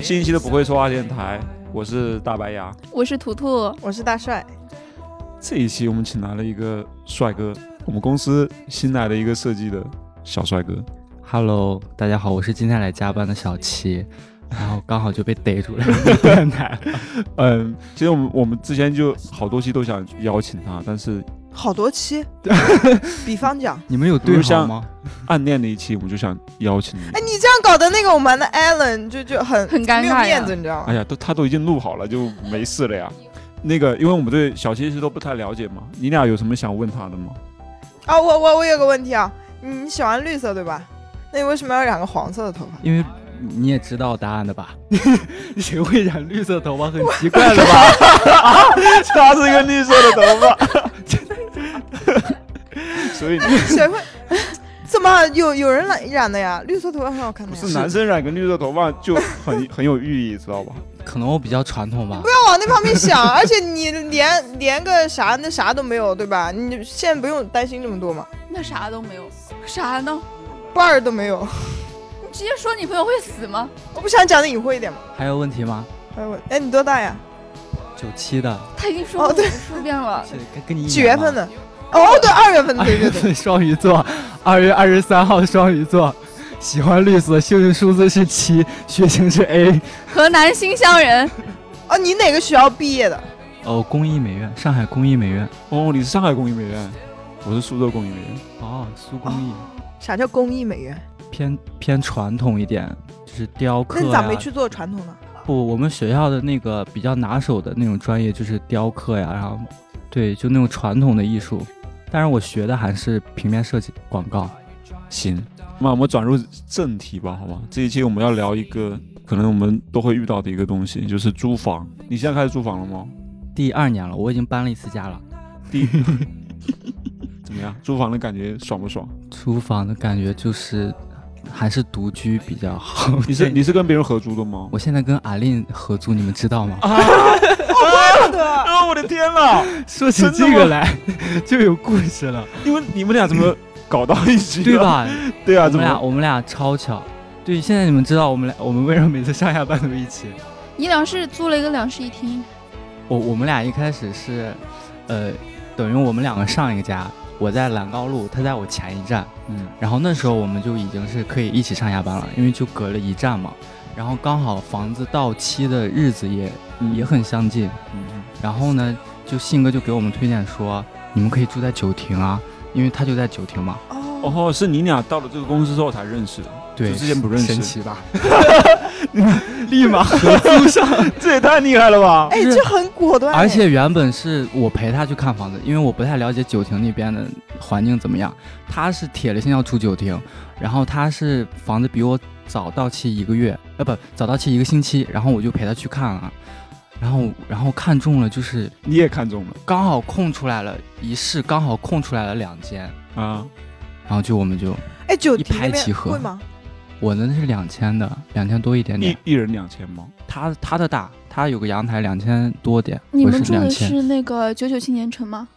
新一期的不会说话电台，我是大白牙。我是图图，我是大帅，这一期我们请来了一个帅哥，我们公司新来的一个设计的小帅哥。 Hello，大家好，我是今天来加班的小七，然后刚好就被逮住了电台。嗯，其实我们我们之前就好多期都想邀请他，但是好多期。比方讲， 你们有对好吗？暗恋的一期我们就想邀请你。哎，你这样搞的那个我们的 Allen 就就很很尴没有尬呀面子，你知道吗？哎呀，都他都已经录好了，就没事 了呀。那个，因为我们对小七其实都不太了解嘛，你俩有什么想问他的吗？啊，我我我有个问题啊，你你喜欢绿色对吧？那你为什么要染个黄色的 头发？因为你也知道答案的吧？谁会染绿色头发？很奇怪了吧？ 他是一个绿色的头发， 所以你谁会？怎么有有人染染的呀？绿色头发很好看的不呀。是男生染个绿色头发就很很有寓意，知道吧？ 可能我比较传统吧。不要往那方面想， 而且你连连个啥那啥都没有，对吧？你现在不用担心这么多嘛，那啥都没有，啥呢？伴儿都没有。你直接说你朋友会死吗？我不想讲的隐晦一点嘛。还有问题吗？哎我哎，你多大呀？九七的，他已经说过哦无对数遍了，是跟跟你一几月年吗份？的？哦，对，二月份的， 二对月对对。份双鱼座，二月二十三号双鱼座，喜欢绿色，幸运数字是七，血型是 A。河南新乡人，哦，你哪个学校毕业的？哦，工艺美院，上海工艺美院。哦，你是上海工艺美院，我是苏州工艺美院。哦，苏工艺。啥叫工艺美院？偏偏传统一点，就是雕刻那你呀、咋没去做传统呢？不，我们学校的那个比较拿手的那种专业就是雕刻呀，然后对，就那种传统的艺术。但是我学的还是平面设计、广告。行，那我们转入正题吧，好吗？这一期我们要聊一个可能我们都会遇到的一个东西，就是租房。你现在开始租房了吗？第二年了，我已经搬了一次家了。 第怎么样？租房的感觉爽不爽？租房的感觉就是还是独居比较好。 你是你是跟别人合租的吗？我现在跟阿令合租，你们知道吗？怪不得啊！我的天呐！说起真的这吗个来 就有故事了，你们你们俩怎么搞到一起的？对？吧？对啊，我怎们俩么？我们俩超巧。对，现在你们知道我们俩我们为什么每次上下班都一起？你俩是租了一个两室一厅，我我们俩一开始是，呃，等于我们两个上一个家，我在兰高路，他在我前一站，嗯，然后那时候我们就已经是可以一起上下班了，因为就隔了一站嘛，然后刚好房子到期的日子也也很相近，嗯然后呢，就信哥就给我们推荐说，你们可以住在九亭啊，因为他就在九亭嘛，哦，哦，是你俩到了这个公司之后才认识的，对，就之前不认识神奇吧？立马合租上， 这也太厉害了吧！哎，是这很果断哎。而且原本是我陪他去看房子，因为我不太了解九亭那边的环境怎么样。他是铁了心要住九亭，然后他是房子比我早到期一个月，呃不，早到期一个星期，然后我就陪他去看了，然后然后看中了，就是你也看中了刚好空出来了一室，刚好空出来了两间，啊？然后就我们就哎，九亭一那拍边即合贵吗？我的那是两千的，两千多一点一点，一人两千吗？他他的大，他有个阳台两千多点，你我们是住的两千，是那个九九青年城吗？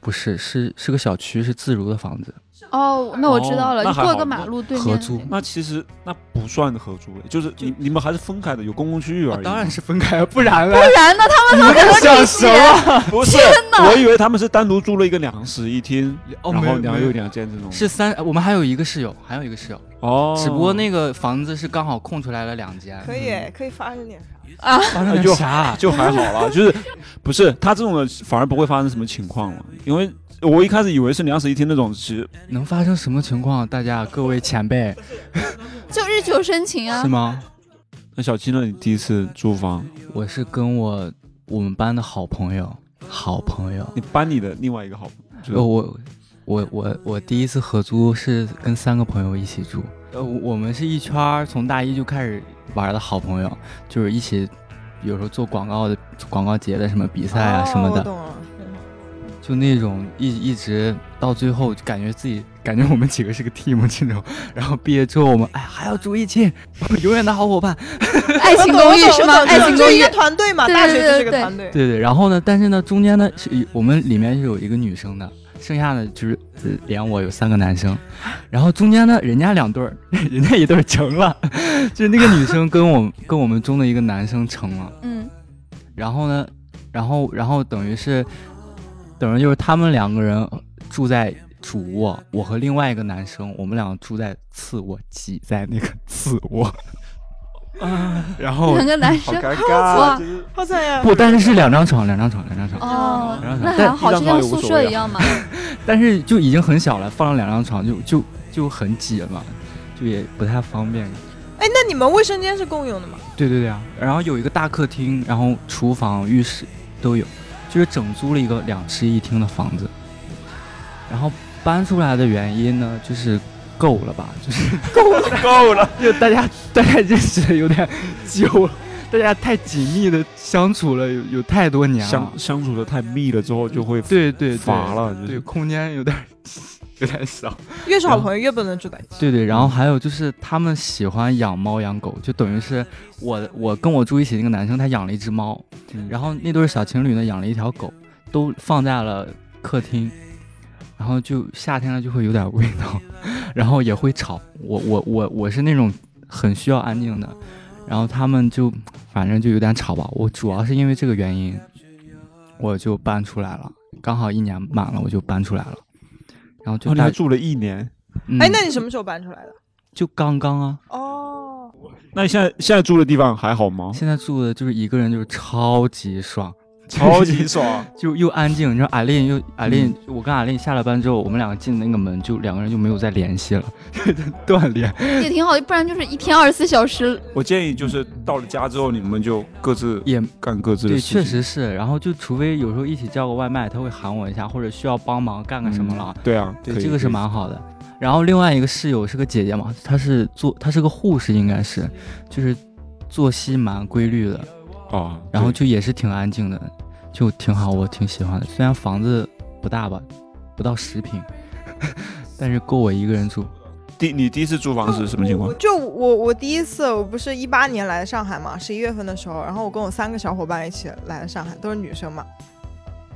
不是是是个小区，是自如的房子。哦，那我知道了，那你还好过个马路对面合租那其实那不算合租，就是你你们还是分开的，有公共区域而已。啊 当然，是分开，不然呢不？然呢？他们怎么可能想这什些？ 么？不是，我以为他们是单独租了一个两室一厅，哦，然没有后两没有有两间这种。是三，呃我们还有一个室友，还有一个室友，哦，只不过那个房子是刚好空出来了两间，可以，可以发生点啥？发生了就啥？啊就还好了，就是不是他这种的反而不会发生什么情况了，因为我一开始以为是两室一厅那种，其实能发生什么情况？大家各位前辈就日久生情啊是！吗？那小七呢，你第一次租房，我是跟我我们班的好朋友，好朋友，你搬你的另外一个好朋呃友，我我我我第一次合租是跟三个朋友一起住，呃，我我们是一圈儿从大一就开始玩的好朋友，就是一起有时候做广告的广告节的什么比赛啊哦什么我的，懂了。就那种一一直到最后，就感觉自己感觉我们几个是个 team 这种。 然后毕业之后，我们哎还要住一起， 我们永远的好伙伴。哎爱情公寓是吗？爱情公就是哎寓一个团队嘛，对对大学就是一对个对团队。对对，然后呢，但是呢，中间呢是我们里面是有一个女生的，剩下的就是呃连我有三个男生，然后中间呢，人家两对儿， 人家一对儿成了， 就是那个女生跟我们跟我们中的一个男生成了，嗯，然后呢，然后然后等于是，等于就是他们两个人住在主卧，我和另外一个男生，我们俩住在次卧，挤在那个次卧，然后两个男好生尴哇尬，啊就是好惨呀！不，但是是两张床，两张床，两张床。哦然后，那但还好，啊嗯一张床就像也无宿所舍谓啊一样嘛。但是就已经很小了，放了两张床就就就很挤了嘛，就也不太方便。哎，那你们卫生间是共用的吗？对对对啊，然后有一个大客厅，然后厨房、浴室都有，就是整租了一个两室一厅的房子。然后搬出来的原因呢，就是够了吧， 就是够了。 就大家大家认识的有点久了，大家太紧密的相处了，有有太多年了相。相处的太密了之后就会啊对对对，乏了，就对是空间有点 有点小。越是好嗯朋友越不能住在一起。对对，然后嗯还有就是他们喜欢养猫养狗，就等于是我我跟我住一起那个男生他养了一只猫，嗯然后那对小情侣呢养了一条狗，都放在了客厅，然后就夏天了就会有点味道，然后也会吵。我我我我是那种很需要安静的，然后他们就反正就有点吵吧。我主要是因为这个原因，我就搬出来了，刚好一年满了我就搬出来了，然后就哦你大还住了一年，嗯哎，那你什么时候搬出来的？就刚刚啊。哦，那你现在现在住的地方还好吗？现在住的就是一个人，就是超级爽，超级爽，就又安静。你知道艾琳又艾琳，嗯我跟艾琳下了班之后，我们两个进那个门，就两个人就没有再联系了， 断联。也挺好，不然就是一天二十四小时。 我建议就是到了家之后，你们就各自也干各自的对，事情。确实是。然后就除非有时候一起叫个外卖，他会喊我一下，或者需要帮忙干个什么了嗯，对啊，对，可以这个是？可以蛮好的。然后另外一个室友是个姐姐嘛，她是做她是个护士，应该是，就是作息蛮规律的，啊，然后对就也是挺安静的，就挺好，我挺喜欢的。虽然房子不大吧，不到十平， 但是够我一个人住。第你第一次租房是什么情况我？就我我第一次，我不是一八年来上海嘛，十一月份的时候，然后我跟我三个小伙伴一起来了上海，都是女生嘛。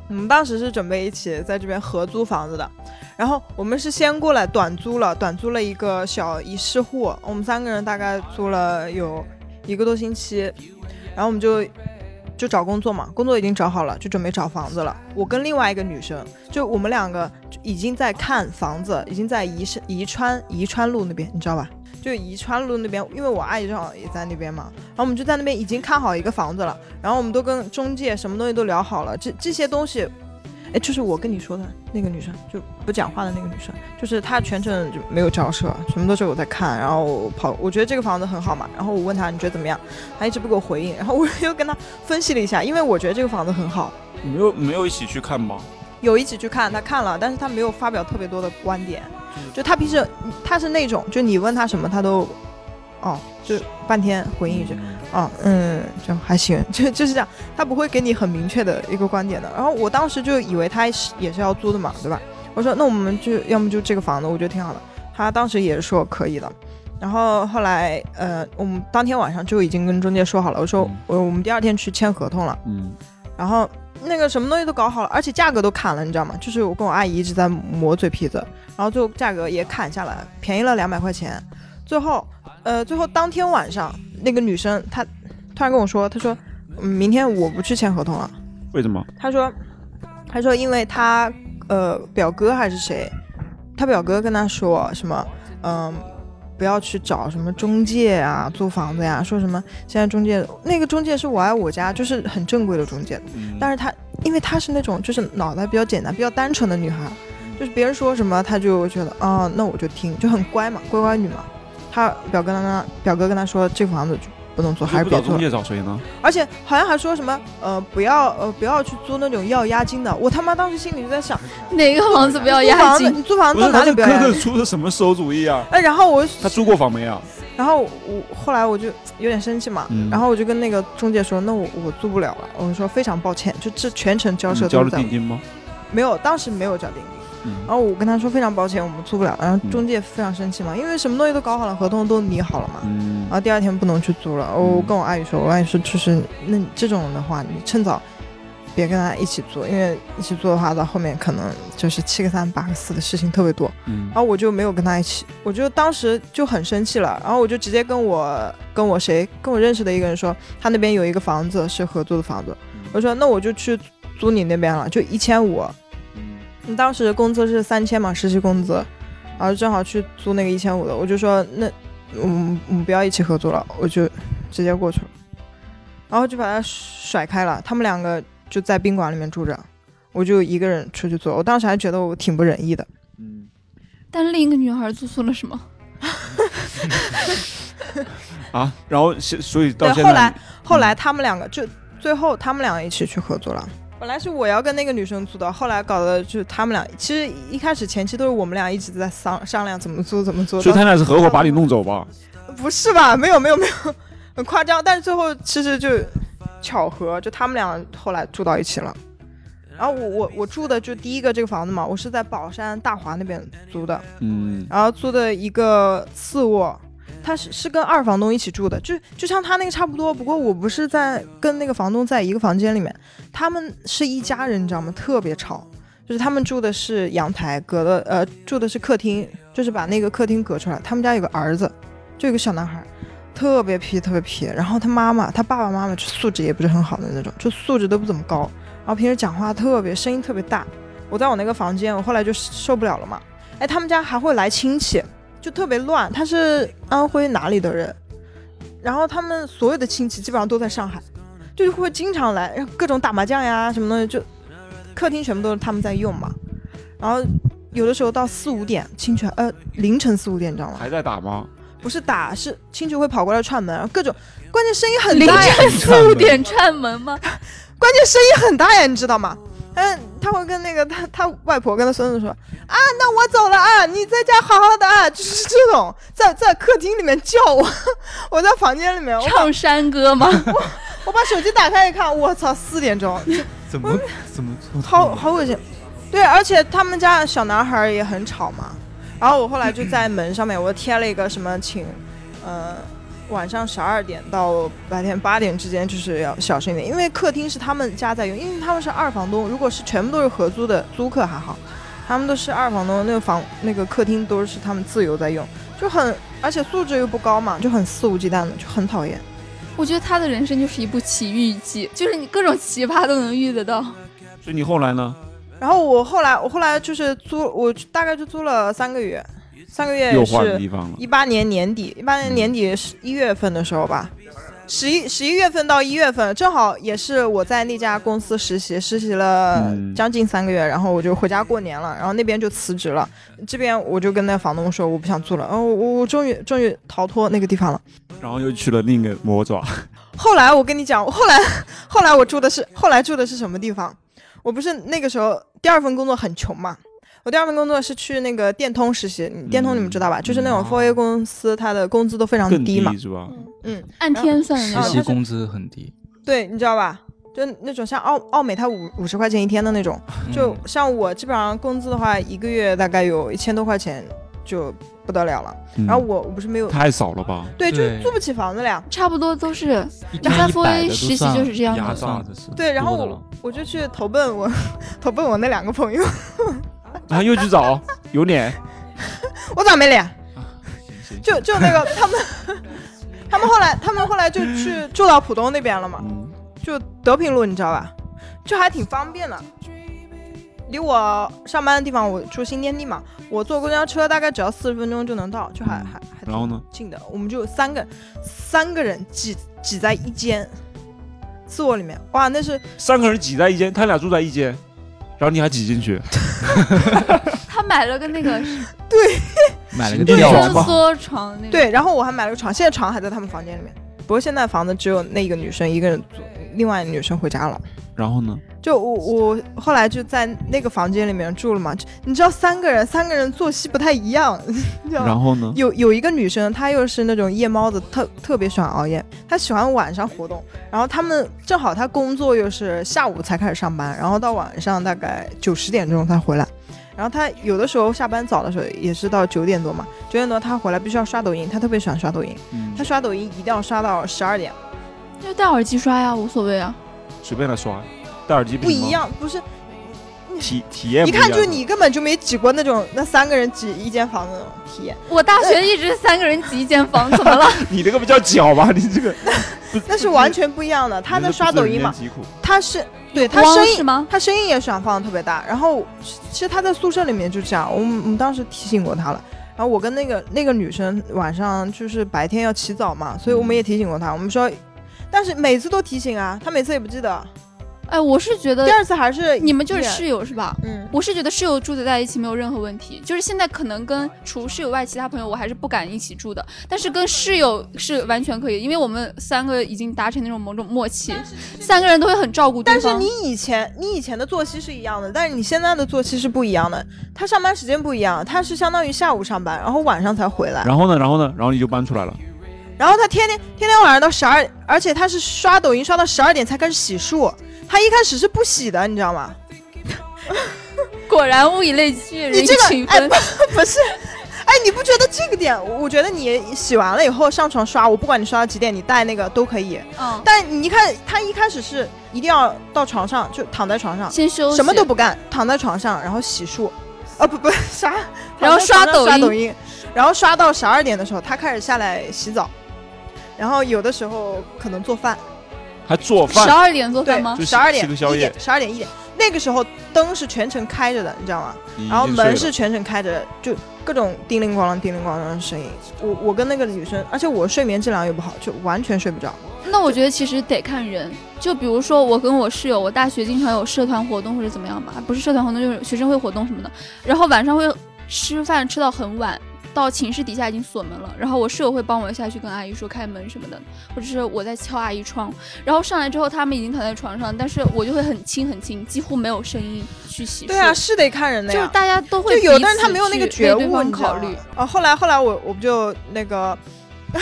我们当时是准备一起在这边合租房子的，然后我们是先过来短租了，短租了一个小一室户，我们三个人大概租了有一个多星期，然后我们就就找工作嘛，工作已经找好了，就准备找房子了。我跟另外一个女生，就我们两个就已经在看房子，已经在宜是宜川宜川路那边，你知道吧？就宜川路那边，因为我阿姨正好也在那边嘛，然后我们就在那边已经看好一个房子了，然后我们都跟中介什么东西都聊好了，这这些东西，哎，就是我跟你说的那个女生，就不讲话的那个女生，就是她全程就没有交涉，什么都是我在看，然后我跑，我觉得这个房子很好嘛，然后我问她你觉得怎么样，她一直不给我回应，然后我又跟她分析了一下，因为我觉得这个房子很好，没有没有一起去看吗？有一起去看，他看了，但是他没有发表特别多的观点，就他平时嗯他是那种，就你问他什么，他都，哦，就半天回应一句，哦，嗯，就还行， 就就是这样，他不会给你很明确的一个观点的。然后我当时就以为他是也是要租的嘛，对吧？我说那我们就要么就这个房子，我觉得挺好的。他当时也是说可以的。然后后来，呃，我们当天晚上就已经跟中介说好了，我说呃嗯我我们第二天去签合同了。嗯，然后那个什么东西都搞好了，而且价格都砍了，你知道吗？就是我跟我阿姨一直在磨嘴皮子，然后最后价格也砍下来，便宜了两百块钱。最后，呃，最后当天晚上，那个女生她突然跟我说，她说，嗯，明天我不去签合同了。为什么？她说，她说嗯因为她呃表哥还是谁，她表哥跟她说什么，嗯、不要去找什么中介啊，租房子呀、说什么现在中介那个中介是我爱我家，就是很正规的中介，但是是她因为她是那种就是脑袋比较简单、比较单纯的女孩，就是别人说什么她就觉得啊、那我就听，就很乖嘛，乖乖女嘛。她表哥跟她表哥跟她说这房子就不能租，还是不别找租中了。介找谁呢？而且好像还说什么呃不要呃不要去租那种要押金的，我他妈当时心里就在想，哪个房子不要租押房子金？你租房不子是，哪他里这不要押哥金哥？出的什么馊主意啊？哎，然后我他租过房没啊？然后我后来我就有点生气嘛，嗯然后我就跟那个中介说，那我我租不了了，我说非常抱歉，就这全程交涉嗯你交都了是在我定金吗？没有，当时没有找钉钉。嗯然后我跟他说非常抱歉，我们租不了。然后嗯中介非常生气嘛，因为什么东西都搞好了，合同都拟好了嘛。啊嗯然后第二天不能去租了。我嗯跟我阿姨说，我阿姨说就是，那你这种的话，你趁早别跟他一起做，因为一起做的话，到后面可能就是七个三八个四的事情特别多。嗯然后我就没有跟他一起，我就当时就很生气了，然后我就直接跟我跟我谁跟我认识的一个人说，他那边有一个房子是合租的房子，我说那我就去租你那边了，就一千五，你当时工资是三千嘛，实习工资，然后正好去租那个一千五的，我就说那我们我们不要一起合租了，我就直接过去了，然后就把他甩开了，他们两个就在宾馆里面住着，我就一个人出去做，我当时还觉得我挺不仁义的。嗯但另一个女孩住宿了什么？啊，然后现所以到哦对现在后来后来他们两个就最后他们两个一起去合作了。本来是我要跟那个女生租的，后来搞的就是他们俩。其实一开始前期都是我们俩一直在商商量怎么租怎么租。所以他俩是合伙把你弄走吧？不是吧？没有没有没有，很夸张。但是最后其实就巧合，就他们俩后来住到一起了。然后我我我住的就第一个这个房子嘛，我是在宝山大华那边租的。嗯然后租的一个次卧，他是是跟二房东一起住的，就就像他那个差不多，不过我不是在跟那个房东在一个房间里面，他们是一家人，你知道吗？特别吵，就是他们住的是阳台，隔了呃住的是客厅，就是把那个客厅隔出来。他们家有个儿子，就有个小男孩。特别皮，特别皮。然后他妈妈，他爸爸妈妈就素质也不是很好的那种，就素质都不怎么高。然后平时讲话特别声音特别大。我在我那个房间，我后来就受不了了嘛。哎，他们家还会来亲戚，就特别乱。他是安徽哪里的人？然后他们所有的亲戚基本上都在上海，就是会经常来，然后各种打麻将呀什么东西，就客厅全部都是他们在用嘛。然后有的时候到四五点，亲戚呃凌晨四五点，你知道吗？还在打吗？不是打，是亲戚会跑过来串门，然后各种，关键声音很凌大呀，晨四五点串门 吗？关键声音很大呀，你知道吗？嗯，他会跟那个他他外婆跟他孙子说啊，那我走了啊，你在家好好的啊，就是这种在在客厅里面叫我， 我在房间里面，我把唱山歌吗？ 我把手机打开一看，我操，四点钟，怎么怎么做好好恶心。对，而且他们家小男孩也很吵嘛。然后我后来就在门上面我贴了一个什么，请，呃，晚上十二点到白天八点之间就是要小声一点，因为客厅是他们家在用，因为他们是二房东，如果是全部都是合租的租客还好，他们都是二房东，那个房那个客厅都是他们自由在用，就很而且素质又不高嘛，就很肆无忌惮的，就很讨厌。我觉得她的人生就是一部奇遇记，就是你各种奇葩都能遇得到。所以你后来呢？然后我后来我后来就是租，我大概就租了三个月，三个月又换是地方了。一八年年底，一八嗯年年底十一月份的时候吧，十一十一月份到一月份，正好也是我在那家公司实习，实习了嗯将近三个月，然后我就回家过年了，然后那边就辞职了，这边我就跟那房东说我不想住了，然后我我我终于终于逃脱那个地方了。然后又去了另一个魔爪，后来我跟你讲，后来 后来我住的是后来住的是什么地方？我不是那个时候第二份工作很穷嘛，我第二份工作是去那个电通实习，你电通你们知道吧？就是那种嗯 4A 公司，它的工资都非常更低嘛。是吧？嗯，按天算的实那习种，工资很低，对，你知道吧？就那种像澳澳美，它五五十块钱一天的那种，嗯就像我基本上工资的话，一个月大概有一千多块钱，就不得了了。嗯然后我我不是没有，太少了吧？对，就是对租不起房子了呀。差不多都是一天在嗯一作百为的实习就是这样压的。榨的是，对，然后多的了我我就去投奔我， 投奔我那两个朋友， 然啊后又去找 有脸，我咋没脸？行行就就那个他们， 他们后来他们后来就去住到浦东那边了嘛，嗯就德平路，你知道吧？就还挺方便的。离我上班的地方，我住新天地嘛，我坐公交车大概只要四十分钟就能到，就还嗯还还然后呢？挺近的。我们就三个三个人挤挤在一间次卧里面，哇，那是三个人挤在一间，他俩住在一间，然后你还挤进去，她买了个那个买了个对吊屌伸吧缩床那个。对，然后我还买了个床，现在床还在他们房间里面。不过现在房子只有那个女生一个人住，另外女生回家了。然后呢？就我我后来就在那个房间里面住了嘛，就你知道三个人三个人作息不太一样，你知道吗然后呢？有有一个女生，她又是那种夜猫子，特特别喜欢熬夜，她喜欢晚上活动。然后他们正好她工作又是下午才开始上班，然后到晚上大概九十点钟才回来。然后她有的时候下班早的时候也是到九点多嘛，九点多她回来必须要刷抖音，她特别喜欢刷抖音，嗯她刷抖音一定要刷到十二点，就戴耳机刷呀，无所谓啊。随便来刷，戴耳机不行吗一，样，不是体体验一嗯不看样就你根本就没挤过那种那三个人挤一间房的那种体验。我大学一直三个人挤一间房，怎么了？ 你这个不叫脚吧？你 这个那是完全不一样的。他在刷抖音嘛，你这不是人间疾苦他是对他光声是音，吗？他声音也喜欢放的特别大。然后其实他在宿舍里面就这样，我们我们当时提醒过他了。然后我跟那个那个女生晚上就是白天要起早嘛，所以我们也提醒过嗯他，我们说，但是每次都提醒啊，他每次也不记得。哎，我是觉得第二次还是你们就是一眼室友是吧？嗯，我是觉得室友住的在一起没有任何问题，就是现在可能啊跟除室友外其他朋友我还是不敢一起住的，但是跟室友是完全可以，因为我们三个已经达成那种某种默契，三个人都会很照顾对但是方。你以前你以前的作息是一样的，但是你现在的作息是不一样的。他上班时间不一样，他是相当于下午上班，然后晚上才回来。然后呢？然后呢？然后你就搬出来了。然后他天天天天晚上到十二，而且他是刷抖音刷到十二点才开始洗漱，他一开始是不洗的，你知道吗？ 果然物以类聚，人你以这群个哎分。不不是，哎你不觉得这个点？我我觉得你洗完了以后上床刷，我不管你刷到几点，你带那个都可以。嗯，但你一看他一开始是一定要到床上就躺在床上，先休息，什么都不干，躺在床上然后洗漱，啊不不 啥，然后躺在床刷上抖刷音抖音，然后刷到十二点的时候，他开始下来洗澡，然后有的时候可能做饭。还做十饭，二点做对饭吗就？是十二吃点个宵夜十二点一点，那个时候灯是全程开着的，你知道吗？你已经然后门睡是了全程开着的，就各种叮铃咣啷、叮铃咣啷的声音。我我跟那个女生，而且我睡眠质量又不好，就完全睡不着。那我觉得其实得看人，就比如说我跟我室友，我大学经常有社团活动或者怎么样吧，不是社团活动就是学生会活动什么的，然后晚上会吃饭吃到很晚，到寝室底下已经锁门了，然后我室友会帮我下去跟阿姨说开门什么的，或者是我在敲阿姨窗，然后上来之后他们已经躺在床上，但是我就会很轻很轻，几乎没有声音去洗漱。对啊，是得看人的就是呀。大家都就会，有的人他没有那个觉悟，你知道考吗虑。哦，后来后来我我不就那个，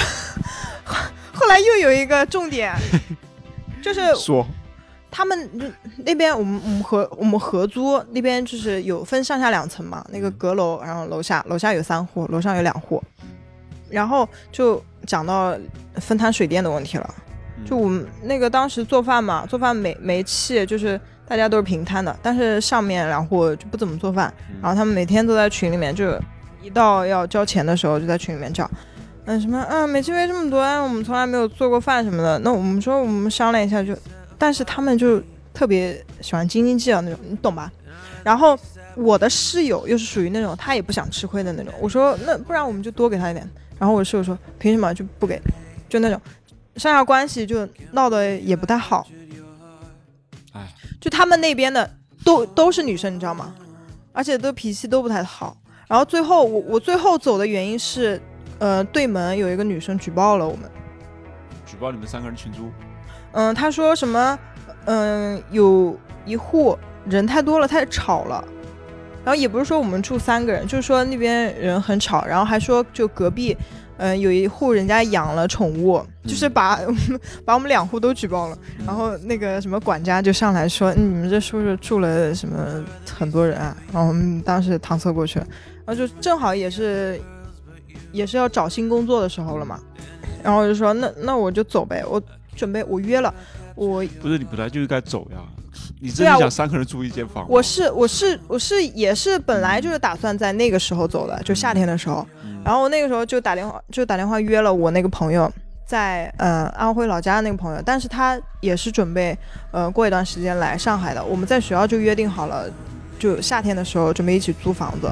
后来又有一个重 点，就是说他们那边我们我们合我们合租那边就是有分上下两层嘛，那个阁楼，然后楼下楼下有三户，楼上有两户，然后就讲到分摊水电的问题了。嗯就我们那个当时做饭嘛，做饭煤煤气就是大家都是平摊的，但是上面两户就不怎么做饭，然后他们每天都在群里面，就一到要交钱的时候就在群里面叫，嗯什么嗯煤气费这么多，我们从来没有做过饭什么的。那我们说我们商量一下就，但是他们就特别喜欢斤斤计较那种，你懂吧？然后我的室友又是属于那种他也不想吃亏的那种，我说那不然我们就多给他一点。然后我室友说凭什么就不给，就那种上下关系就闹得也不太好。哎，就他们那边的都都是女生，你知道吗？而且都脾气都不太好。然后最后我我最后走的原因是，呃，对门有一个女生举报了我们，举报你们三个人群租，嗯、她说什么，嗯、有一户人太多了，太吵了。然后也不是说我们住三个人，就是说那边人很吵，然后还说就隔壁，嗯、有一户人家养了宠物，就是把 把我们两户都举报了。然后那个什么管家就上来说：“嗯你们这叔叔住了什么很多人啊？”然后我们当时搪塞过去了，然后就正好也是也是要找新工作的时候了嘛，然后我就说：“那那我就走呗，我准备我约了，我嗯不是你本来就应该走呀，你真对啊的我想三个人住一间房吗？我是我是我是也是本来就是打算在那个时候走的，就夏天的时候。嗯，然后我那个时候就打电话，就打电话约了我那个朋友，在呃安徽老家的那个朋友，但是他也是准备呃过一段时间来上海的。我们在学校就约定好了，就夏天的时候准备一起租房子。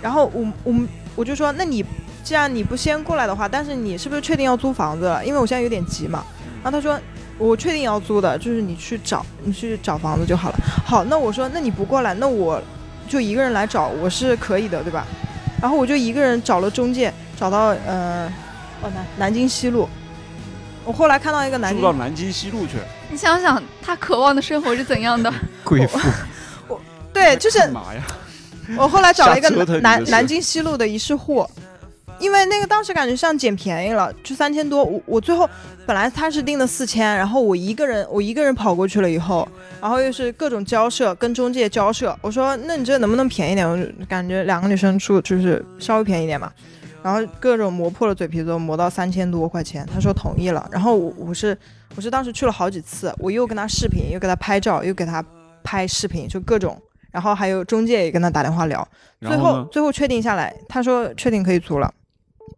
然后我我们我就说，那你既然你不先过来的话，但是你是不是确定要租房子了？因为我现在有点急嘛。然后他说。我确定要租的，就是你去找，你去找房子就好了。好，那我说，那你不过来，那我就一个人来找，我是可以的，对吧？然后我就一个人找了中介，找到呃，哦南南京西路，我后来看到一个南住京到南京西路去，你想想他渴望的生活是怎样的？贵妇对，就是哎干嘛呀？ 我后来找了一个瞎折腾你的南事南京西路的一室户，因为那个当时感觉像捡便宜了，就三千多。我我最后本来他是定的四千，然后我一个人我一个人跑过去了以后，然后又是各种交涉，跟中介交涉。我说那你这能不能便宜点？我就感觉两个女生住就是稍微便宜点嘛。然后各种磨破了嘴皮子，磨到三千多块钱，他说同意了。然后我我是我是当时去了好几次，我又跟他视频，又给他拍照，又给他拍视频，就各种。然后还有中介也跟他打电话聊，最然后呢？最后确定下来，他说确定可以租了。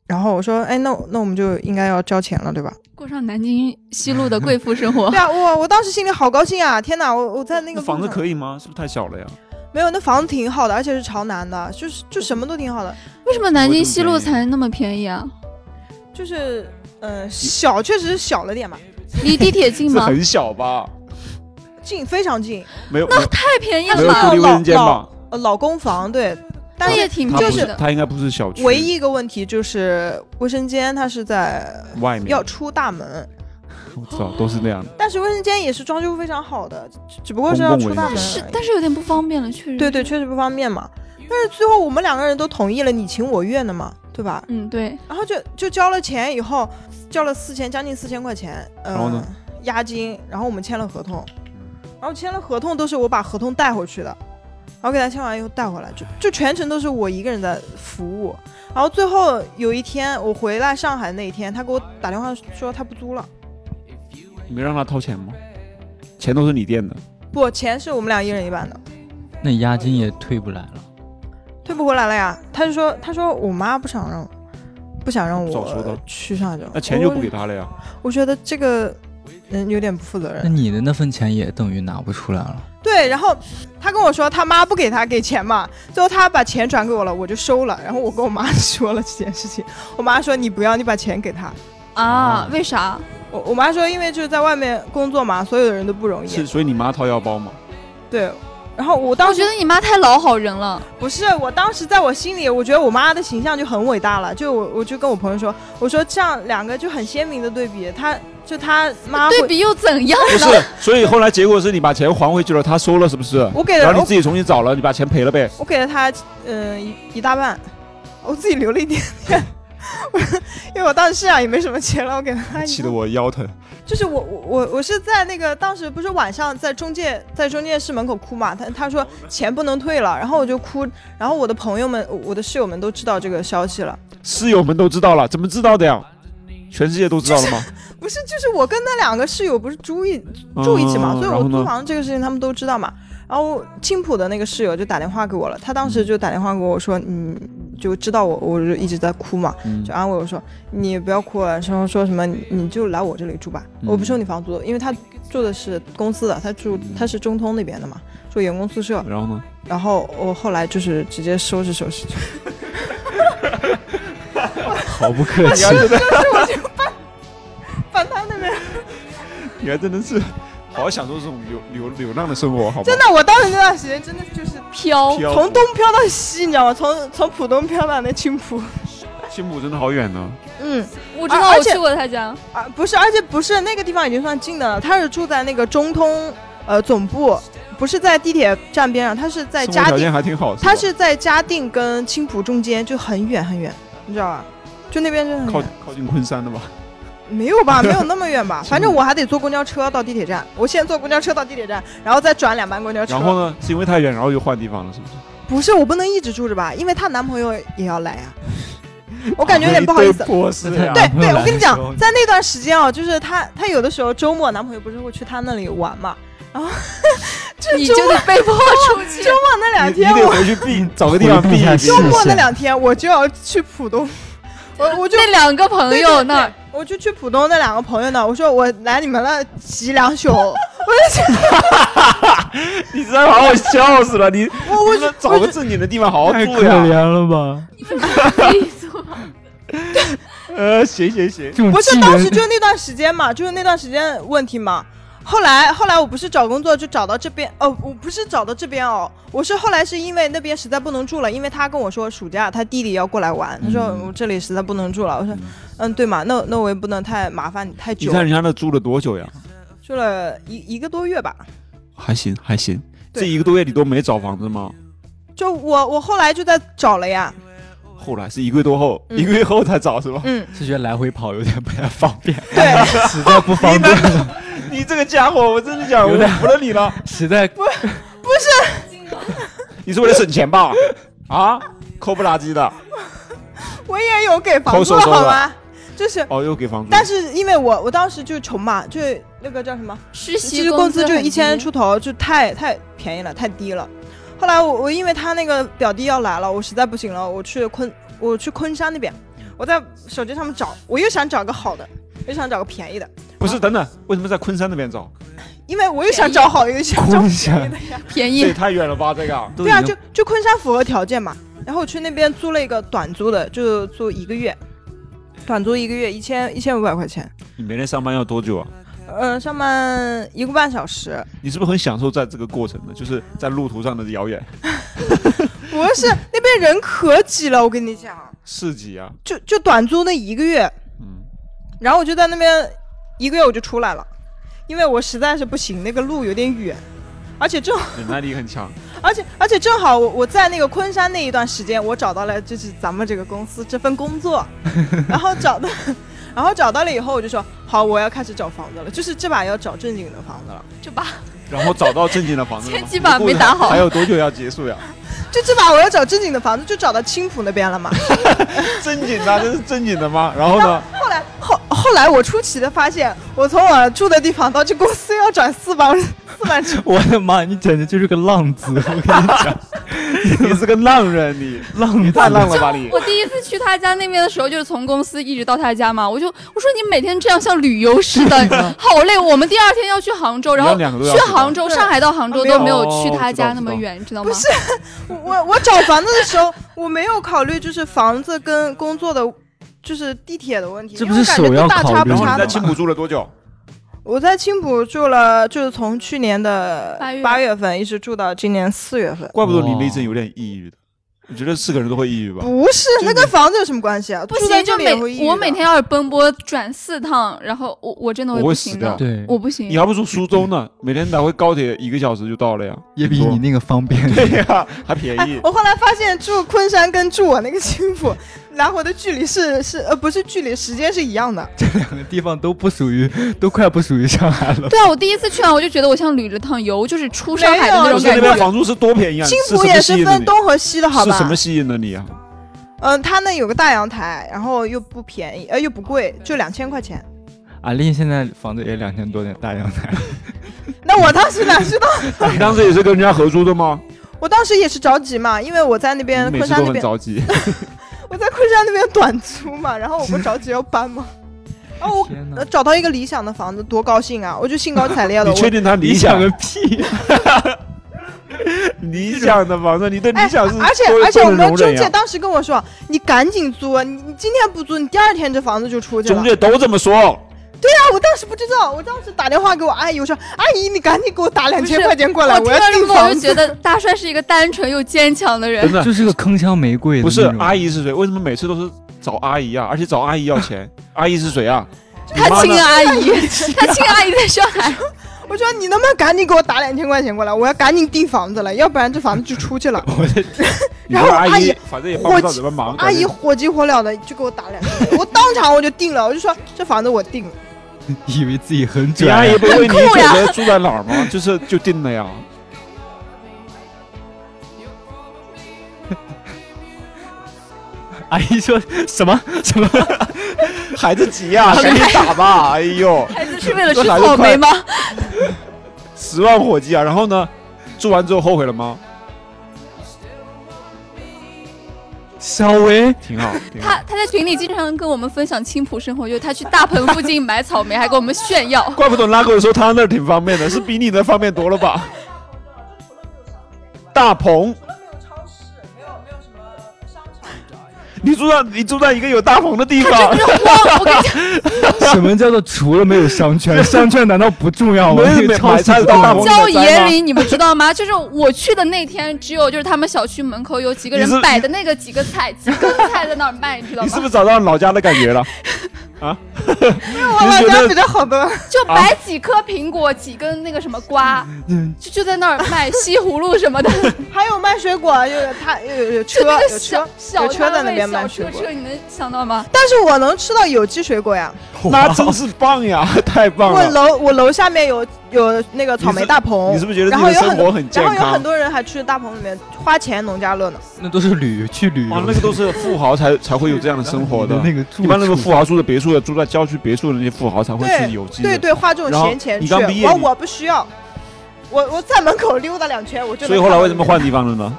然后我说，哎，那那我们就应该要交钱了，对吧？过上南京西路的贵妇生 活 对，啊，我我当时心里好高兴啊！天哪，我我在那个哦那房子路上可以吗？是不是太小了呀？没有，那房子挺好的，而且是朝南的，就是就什么都挺好的，为什么南京西路才那么便宜啊？就是嗯、呃小确实是小了点嘛，离地铁近这吗？很小吧？近非常近，没有，太便宜没有没有了那独吧，立卫生间吧？呃，老公房哦对，但那是也挺它便不宜是，的。它应该不是小区，唯一一个问题就是卫生间它是在外面要出大门，我操，都是那样的。但是卫生间也是装修非常好的，只只不过是要公共出大卫门而已。生是，但是有点不方便了，确实。对对，，确实不方便嘛。但是最后我们两个人都同意了你情我愿的嘛，对吧？嗯，对，然后就就交了钱以后，交了四千，将近四千块钱，嗯、然后呢嗯押金，然后我们签了合同，然后签了合同都是我把合同带回去的，然后给他签完以后带回来，就就全程都是我一个人在服务。然后最后有一天我回来上海那一天，他给我打电话说他不租了，你没让他掏钱吗？钱都是你垫的，不，钱是我们俩一人一半的。那押金也退不来了。退不回来了呀。他就说，他说我妈不想让，不想让早说我的去上海州，那钱就不给他了呀。我。我觉得这个人有点不负责那任。你的那份钱也等于拿不出来了。对，然后他跟我说他妈不给他给钱嘛，最后他把钱转给我了，我就收了。然后我跟我妈说了这件事情，我妈说你不要，你把钱给他。啊，为啥？我我妈说，因为就是在外面工作嘛，所有的人都不容是，易。所以你妈掏腰包嘛？对，然后我我当时觉得你妈太老好人了，不是，我当时在我心里，我觉得我妈的形象就很伟大了。就我，我就跟我朋友说，我说这样两个就很鲜明的对比，她就她妈对会，比又怎样？不是，所以后来结果是你把钱还回去了，他收了是不是？我给然了后你我自己重新找了，你把钱赔了呗。我给了她嗯、呃一一大半，我自己留了一点点， 我因为我当时身上也没什么钱了，我给了她一气大得我腰疼。就是我我我我是在那个当时不是晚上在中介在中介室门口哭嘛，他他说钱不能退了，然后我就哭，然后我的朋友们我的室友们都知道这个消息了。室友们都知道了，怎么知道的呀？全世界都知道了吗？不是，就是我跟那两个室友不是住一住一起嘛，嗯所以然我后租呢？房这个事情他们都知道嘛。然后青浦的那个室友就打电话给我了，他当时就打电话给我说，嗯，就知道我，我就一直在哭嘛，嗯就安慰我说你不要哭了，然后说什么你你就来我这里住吧，嗯我不收你房租，因为他住的是公司的，他住他是中通那边的嘛，住员工宿舍。然后呢？然后我后来就是直接收拾收拾，毫不客气，搬他那边。 你还真的是好好享受这种流流流浪的生活，好吗？真的，我当时那段时间真的就是飘，飘从东飘到西，你知道吗？从从浦东飘到那青浦。青浦真的好远呢。嗯，我知道而我且去过他家，啊，不是，而且不是那个地方已经算近的了，他是住在那个中通呃总部，不是在地铁站边上，他是在生活嘉条定，件还挺好。吧他是在嘉定跟青浦中间，就很远很远，你知道吧？就那边真的很靠远，靠近昆山的吧？没有吧？没有那么远吧？反正我还得坐公交车到地铁站，我先坐公交车到地铁站，然后再转两班公交车。然后呢？是因为太远，然后就换地方了，是不是？不是我不能一直住着吧？因为她男朋友也要来啊，我感觉有啊点不好意思。波斯呀对男朋友对，我来跟你的讲时候，在那段时间哦，就是她她有的时候周末男朋友不是会去她那里玩嘛，你就得被迫出去。哇，那两你你天得我回去避，找个地方回避避一一下避。视周末是那两天我就要去浦东，我我就那两个朋友那那儿，我就去浦东那两个朋友那儿，我说我来你们那儿挤两 宿，我就想你实在把我笑死了！你我我你能找个正经的地方好好太住可呀怜。了吧！可以做呃，行行行，这种不是技当能时就那段时间嘛，就是那段时间问题嘛。后来后来我不是找工作就找到这边哦，我不是找到这边哦，我是后来是因为那边实在不能住了，因为他跟我说暑假他弟弟要过来玩，他说嗯我这里实在不能住了，我说嗯嗯对嘛，那那我也不能太麻烦你太你久在，人家那住了多久呀？住了一一个多月吧，还行还行，对这一个多月你都没找房子吗？就我我后来就在找了呀，后来是一个多后，嗯一个月后才找是吧？嗯，是觉得来回跑有点不太方便，对，实在不方便，你这个家伙，我真的讲，我有点服了你了。 实在你是为了省钱 吧？啊，抠不拉几的，我也有给房抠租搜搜好的吗？就是，哦，又给房租。但是因为我我当时就穷嘛，就那个叫什么，实其习实工资就很低一千出头，就太太便宜了，太低了。后来我我因为他那个表弟要来了，我实在不行了，我去昆我去昆山那边，我在手机上面找，我又想找个好的，又想找个便宜的，不是，等等，为什么在昆山那边找？因为我又想找好，又想找便宜昆山的呀。便这也宜，太远了吧？这个都对啊，已就经就昆山符合条件嘛。然后我去那边租了一个短租的，就租一个月，短租一个月一千一千五百块钱，你每天上班要多久啊？嗯、上班一个半小时。 你是不是很享受在这个过程呢？就是在路途上的遥远不是那边人可挤了，我跟你讲，市集啊？就就短租那一个月，嗯，然后我就在那边一个月我就出来了，因为我实在是不行，那个路有点远，而且正忍耐力很强。而且而且正好我我在那个昆山那一段时间，我找到了就是咱们这个公司这份工作，然后找到。然后找到了以后，我就说好，我要开始找房子了，就是这把要找正经的房子了，这把然后找到正经的房子 了吗，前几把没打好还有多久要结束呀？就这把我要找正经的房子，就找到青浦那边了嘛。正经啊的，这是正经的吗？然后 呢？后来后后来我出奇的发现，我从我住的地方到这公司要转四班 四班车，我的妈，你简直就是个浪子，我跟你讲，你是个浪人，你浪子太浪了吧你？我第一次去他家那边的时候，就是从公司一直到他家嘛，我就我说你每天这样像旅游似 的，好累。我们第二天要去杭州，然后你嗯要两个多小去时吧杭州、对上海到杭州没有都没有去哦他知道家那么知道远，知道吗？不是我我我找房子的时候，我没有考虑就是房子跟工作的，就是地铁的问题，这因不为我是感觉首要都大考差不虑然后差你在的青嘛。浦住了多久？我在青浦住了，就是从去年的八月八月份一直住到今年四月份。怪不得你那阵有点抑郁的。你觉得是个人都会抑郁吧？不是，就那跟房子有什么关系啊？不住在行，这就里也会抑每郁我的每天要是奔波转四趟，然后我我真的我不会死行掉的，对，我不行你。还不如苏州呢，每天来回高铁一个小时就到了呀，也比你那个方便。 对呀，还便哎宜，。我后来发现住昆山跟住我那个青浦来回的距离是是呃不是距离时间是一样的，两个地方都不属于，都快不属于上海 了。对啊，我第一次去完我就觉得我像旅了趟游，就是出上海的那没有不种是那感边觉。房租是多便宜啊！青是浦什么也吸是引了分你？东和西的，好是吧？什么吸引了你啊？ 嗯，它那有个大阳台，然后又不便宜，呃，又不贵，就两千块钱。阿丽现在房子也两千多点，大阳台。那我当时哪知道？你当时也是跟人家合租的吗？我当时也是着急嘛，因为我在那边你每昆次山都很那边，着 急，我在昆山那边短租嘛，然后我不着急要搬嘛，然后我天呃！找到一个理想的房子，多高兴啊！我就兴高采烈的，你确我定他理理想想？个屁！ 理想的房子，你对理哎，想是而且多而且我多能们容中忍介呀。当时跟我说，你赶紧租啊，你你今天不租，你第二天这房子就出去了中。介都这么说，啊，我当时不知道，我当时打电话给我阿姨，我说阿姨，你赶紧给我打两千不是块钱过来，我我听要到这订个我房就子。觉得大帅是一个单纯又坚强的人真。 的 就是个铿锵玫瑰的不是那种阿姨是谁？为什么每次都是找阿姨啊？而且找阿姨要钱，阿姨是谁啊？他你妈亲呢。阿 姨，他亲阿姨在上海，我说你能不能赶紧给我打两千块钱过来，我要赶紧订房子了，要不然这房子就出去了我的，你然后说阿阿姨反正也帮不到什么忙，阿姨火急火燎的就给我打两千，我当场我就订了，我就说这房子我订了。以为自己很你阿拽姨，不是问你很酷呀选择住在哪儿吗？就是就定了呀。阿姨说什 么什么？ 孩子急呀、赶紧打吧！哎呦，孩子是为了这吃孩子草莓快吗？十万火急啊！然后呢，住完之后后悔了吗？小维，挺好，挺好。他他在群里经常跟我们分享青浦生活，就是他去大棚附近买草莓，还给我们炫 耀。哦怪不得拉狗说他那儿挺方便的，是比你那方便多了吧？大棚，你住在你住在一个有大棚的地他方真，是慌，我跟你 讲，什么叫做除了没有 商圈？商圈难道不重要吗？没有那个没超买市菜不的重大要棚吗叫野岭，你们知道吗？就是我去的那天，只有就是他们小区门口有几个你是人摆的那个几个 菜，几个菜在那儿卖，你知道你是不吗？是找到老家的感觉了？我老家比较好多。就摆几颗苹果，几根那个什么瓜，就就在那儿卖西葫芦什么的，还啊 有卖水果，有他有有有 车就那个小有车，小有车在摊那位边卖小水车果车，你能想到吗？但是我能吃到有机水果呀。那真是棒呀， 太棒我了！楼我楼下面有有那个草莓大棚，你是不是觉得然自后己的有很生多活很健然后有康很？多人还去大棚里面花钱农家乐呢。那都是旅去旅游哦哇，那个都是富豪 才才会有这样的生活的。那个住一般那种处富豪住的别墅的，住在郊区别墅的那些富豪才会对去有机的。对对，花这然种后闲钱你去，刚毕业我你我不需要。我我在门口溜达两圈，我就能所以后来看到为什么你们？换地方了呢？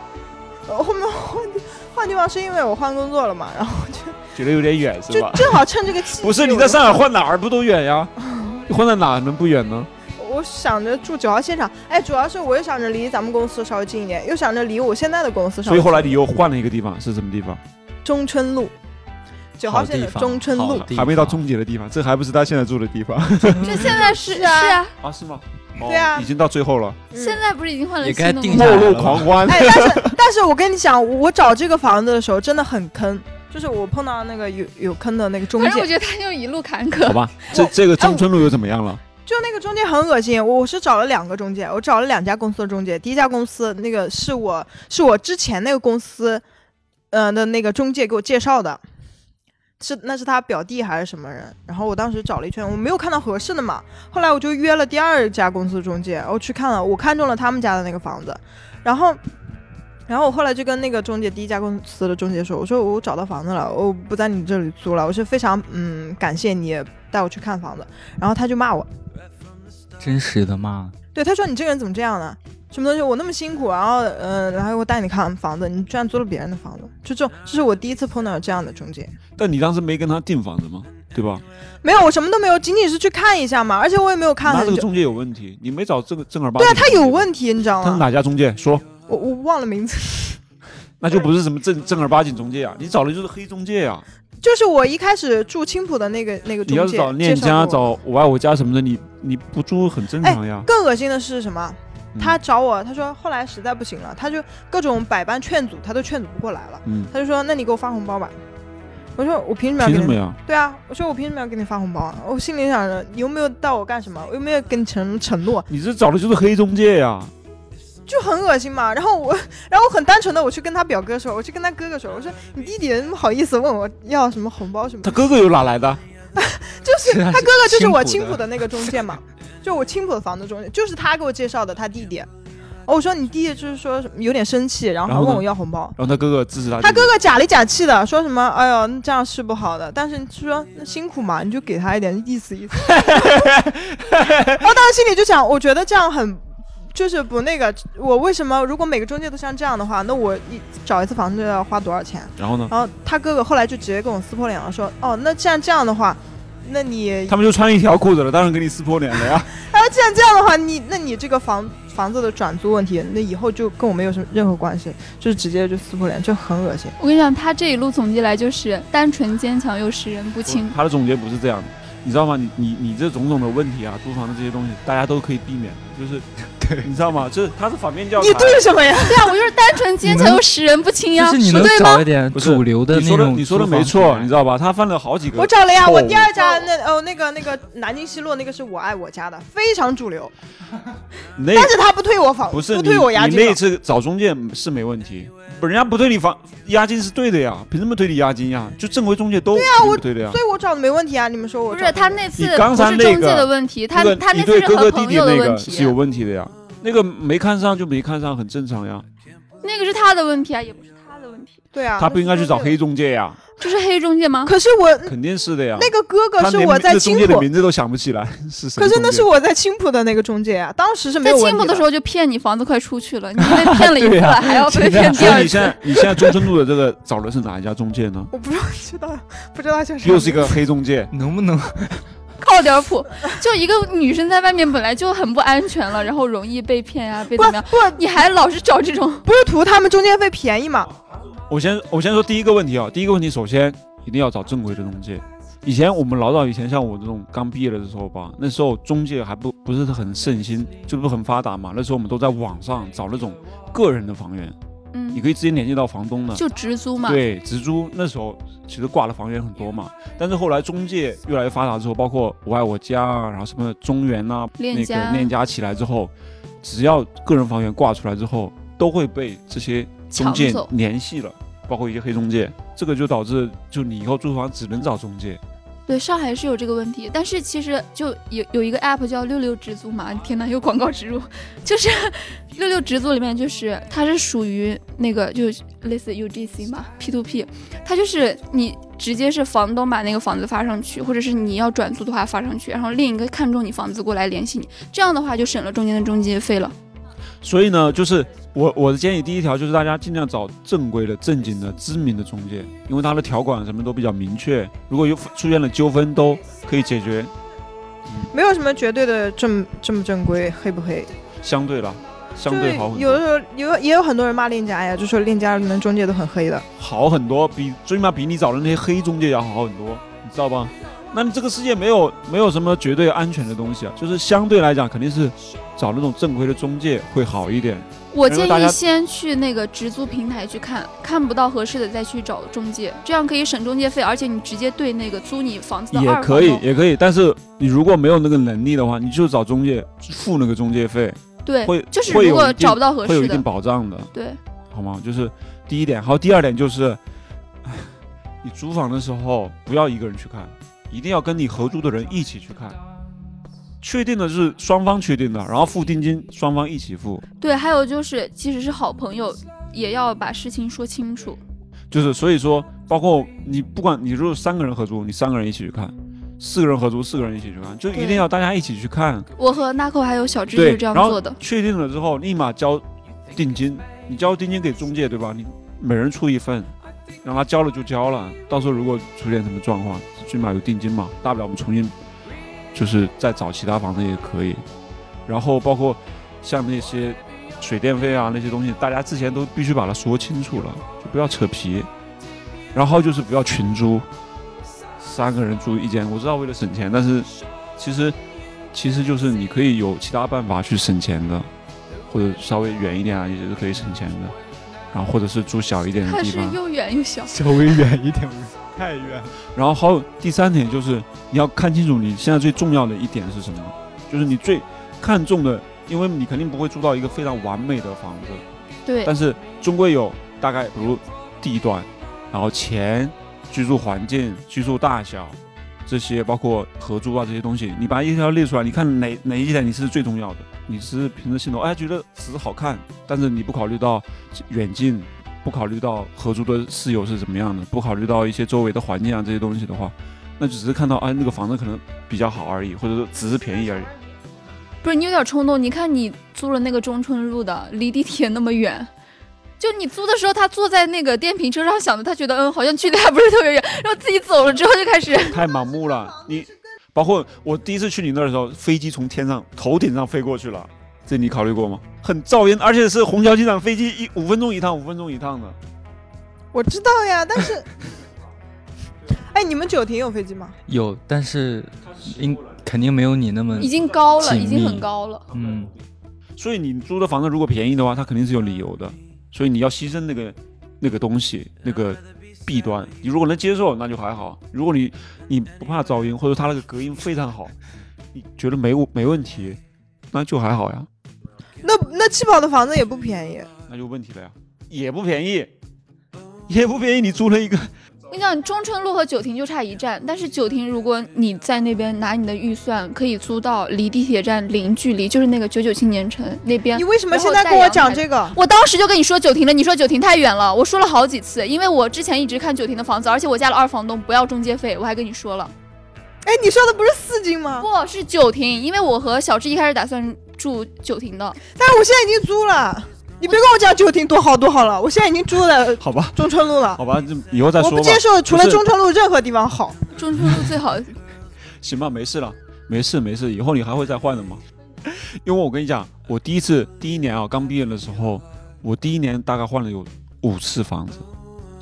呃后面换地换地方是因为我换工作了嘛，然后就觉得有点远是就吧？正好趁这个 契机。不是你在上海换哪儿不都远 呀？你换在哪儿能不远呢？我想着住九号现场，哎，主要是我又想着离咱们公司稍微近一点，又想着离我现在的公司稍所微近以一点。后来你又换了一个地方，是什么地方？中春路，九号好线地的方中春好路嗯地，方还没到终结的地方，这还不是他现在住的地方这现在是是是 啊啊，啊？是吗？哦对啊已经到最后了，嗯现在不是已经换了也新该的定吗下末来路了吧狂欢。哎，但是但是我跟你讲，我找这个房子的时候真的很坑，就是我碰到那个有有坑的那个中反正我介，觉得他就一路坎好坷，吧，这这个中村路又怎么样了？就那个中介很恶心。我是找了两个中介，我找了两家公司的中介，第一家公司那个是我是我之前那个公司，嗯、的那个中介给我介绍的。是，那是他表弟还是什么人？然后我当时找了一圈，我没有看到合适的嘛。后来我就约了第二家公司的中介，我去看了，我看中了他们家的那个房子，然后，然后我后来就跟那个中介第一家公司的中介说，我说我找到房子了，我不在你这里租了，我是非常嗯感谢你带我去看房子，然后他就骂我，真实的吗？对他说你这个人怎么这样呢？什么东西？我那么辛苦，然后嗯、呃然后我带你看房子，你居然租了别人的房子，就这种，这是我第一次碰到有这样的中介。但你当时没跟他订房子吗？对吧？没有，我什么都没有，仅仅是去看一下嘛，而且我也没有看那这很个久。中介有问题，你没找正正儿八对经啊，的中介。他有问啊题，你知道他是吗？哪家中介？说，我我忘了名字，那就不是什么正正儿八经中介啊，你找的就是黑中介啊。就是我一开始住青浦的那个那个你中要介是找链介绍哎家、给我找我爱我家什么的，你你不租很正常呀。更恶心的是什么？嗯他找我，他说后来实在不行了，他就各种百般劝阻，他都劝阻不过来了。嗯，他就说：“那你给我发红包吧。”我说：“我凭什么要凭给什么你？呀？对啊，我说我凭什么要给你发红包啊？我心里想着，你又没有带我干什么，我又没有跟你承承诺，你这找的就是黑中介呀。就很恶心嘛。然后我， 然后我很单纯的我去跟他表哥说，我去跟他哥哥说，我说你弟弟怎么好意思问我要什么红包什么的他哥哥又哪来的？就是是啊他是哥哥就是我青青浦的浦的那个中 介嘛，就我青浦的房子中介，就是他给我介绍的他弟弟。哦我说你弟弟就是说什么有点生气，然后然还后呢问我要红包。然后他哥哥支持他。他哥哥假里假气的说什么，哎呦，那这样是不好的，但是你说那辛苦嘛，你就给他一点意思 意思。我当时心里就想，我觉得这样很。就是不那个，我为什么如果每个中介都像这样的话，那我一找一次房子要花多少钱？然后呢？然后他哥哥后来就直接跟我撕破脸了，说：“哦，那既然这样的话，那你他们就穿一条裤子了，当然给你撕破脸了 呀。他说既然这样的话，你那你这个房房子的转租问题，那以后就跟我没有什么任何关系，就是直接就撕破脸，就很恶心。我跟你讲，他这一路总结来就是单纯坚强又识人不清。他的总结不是这样的，你知道吗？你你你这种种的问题啊，租房的这些东西，大家都可以避免，就是对你知道吗？这他是反面教材。你对什么呀？对啊，我就是单纯坚强又识人不清呀，就是你不能对吗找？一点不是主流的你那说的种你说的厨房没错，品你知道吧？他犯了好几我个。找了呀，臭我第二家那哦那个那个南京西路那个是我爱我家的，非常主流，那但是他不退我房，哎不是你退我押你金啊那了。次找中介是没问题，不，人家不退你房押金是对的呀，凭什么退你押金呀？就正规中介都对啊我对的呀所。以我找的没问题啊，你们说我不是找的他那次你刚不才是那中介个的问题，他那个他你那对次哥和哥弟朋弟友的那问个题，是有问题的呀，那个没看上就没看上，很正常呀。那个是他的问题啊，也不是他的问题，对啊，他不应该去找黑那是中中介呀，这是黑中介吗介的。？可是我肯定是的呀。那个哥他哥是连我那在个青中介的浦，名字都想不起来是谁。可是那是我在青浦的那个中介啊，当时是在没有青问浦题的时候就骗你房子快出去了，你被 骗了一次对啊了，还要被这骗样第所以二你现次。在你现在中村路的这个找的是哪一家中介 呢？我不知道，不知道叫什么，又是一个黑中介，能不能 靠点谱，就一个女生在外面本来就很不安全啊了，然后容易被骗呀、被不怎么样，不你还老是找这种，不是图他们中介费便宜嘛？我先我先说第一个问题啊，第一个问题首先一定要找正规的中介。以前我们老早以前像我这种刚毕业的时候吧，那时候中介还不不是很盛行，就不很发达嘛。那时候我们都在网上找那种个人的房源，你嗯，可以直接联系到房东的。就直租嘛，对，直租那时候其实挂的房源很多嘛，但是后来中介越来越发达之后，包括我爱我家啊，然后什么中原呐、链那家个链家起来之后，只要个人房源挂出来之后，都会被这些中抢介走。联系了，包括一些黑中介，这个就导致就你以后租房只能找中介。对，上海是有这个问题，但是其实就有有一个 app 叫六六直租嘛，天呐，有广告植入， 就是六六直租里面就是它是属于那个就类似 UGC 嘛，P to P，它就是你直接是房东把那个房子发上去，或者是你要转租的话发上去，然后另一个看中你房子过来联系你，这样的话就省了中间的中介费了。所以呢，就是我我的建议，第一条就是大家尽量找正规的、正经的、知名的中介，因为它的条款什么都比较明确，如果有出现了纠纷都可以解决。没有什么绝对的正正不正规，黑不黑？相对啦，相对好很就是有的多，时候有也有很多人骂链家呀，就说链家里面中介都很黑的。好很多，比最起码比你找的那些黑中介要好很多，你知道吧？那你这个世界没有没有什么绝对安全的东西啊，就是相对来讲肯定是找那种正规的中介会好一点。我然后建大议家先去那个直租平台去看，看不到合适的再去找中介，这样可以省中介费，而且你直接对那个租你房子的也二哦可房以，东，也可以，但是你如果没有那个能力的话，你就找中介付那个中介费，对，会就是会如有果一定找不到合会有适一定的，保障的，对，好吗？就是第一点，好，第二点就是， 唉你租房的时候不要一个人去看，一定要跟你合租的人一起去看，确定的是双方确定的，然后付定金双方一起付，对，还有就是，即使是好朋友，也要把事情说清楚。就是所以说，包括你不管你如果三个人合租，你三个人一起去看。四个人合租，四个人一起去看，就一定对要大家一起去看，我和 Naco 还有小智就对，是这样然后做的，确定了之后，立马交定金，你交定金给中介对吧？你每人出一份，让他交了就交了。到时候如果出现什么状况，最起码有定金嘛，大不了我们重新就是再找其他房子也可以。然后包括像那些水电费啊那些东西，大家之前都必须把它说清楚了，就不要扯皮。然后就是不要群租，三个人住一间。我知道为了省钱，但是其实其实就是你可以有其他办法去省钱的，或者稍微远一点啊，也是可以省钱的。然后或者是住小一点的它地是方。又远又小。稍微远一点，太远。然后还有第三点就是你要看清楚你现在最重要的一点是什么，就是你最看重的，因为你肯定不会租到一个非常完美的房子，对但，是终归有大概比如地段，然后钱、居住环境、居住大小这些，包括合租啊这些东西，你把一条列出来，你看哪哪一点你是最重要的？你是凭着心头哎觉得只是好看，但是你不考虑到远近，不考虑到合租的室友是怎么样的，不考虑到一些周围的环境啊这些东西的话。那就只是看到哎，那个房子可能比较好而已，或者说只是便宜而已。不是你有点冲动，你看你租了那个中春路的，离地铁那么远。就你租的时候，他坐在那个电瓶车上，想的他觉得嗯，好像距离还不是特别远，然后自己走了之后就开始太盲目了。你包括我第一次去你那儿的时候，飞机从天上头顶上飞过去了，这你考虑过吗？很噪音，而且是虹桥机场飞机一五分钟一趟，五分钟一趟的。我知道呀，但是，哎，你们九亭有飞机吗？有，但是应肯定没有你那么已经高了，紧已经很密高了。嗯，所以你租的房子如果便宜的话，它肯定是有理由的。所以你要牺牲那个那个东西，那个弊端。你如果能接受，那就还好；如果你你不怕噪音，或者它那个隔音非常好，你觉得没没问题，那就还好呀，那那七宝的房子也不便宜，那就问题了呀，也不便宜，也不便宜。你租了一个我跟你讲，中春路和九亭就差一站，但是九亭如果你在那边拿你的预算，可以租到离地铁站零距离，就是那个九九青年城那边你。为什么然后现在带跟我阳讲台这个？我当时就跟你说九亭了，你说九亭太远了，我说了好几次，因为我之前一直看九亭的房子，而且我加了二房东不要中介费，我还跟你说了，哎，你说的不是四金吗？不是九亭，因为我和小智一开始打算住九亭的，但哎是我现在已经租了，你别跟我讲九亭多好多好了，我现在已经租了好吧，中春路了，好吧，这以后再我说不吧。接受除了不是中春路任何地方好。中春路最好。行吧，没事了，没事没事，以后你还会再换的嘛。因为我跟你讲，我第一次第一年啊，刚毕业的时候，我第一年大概换了有五次房子，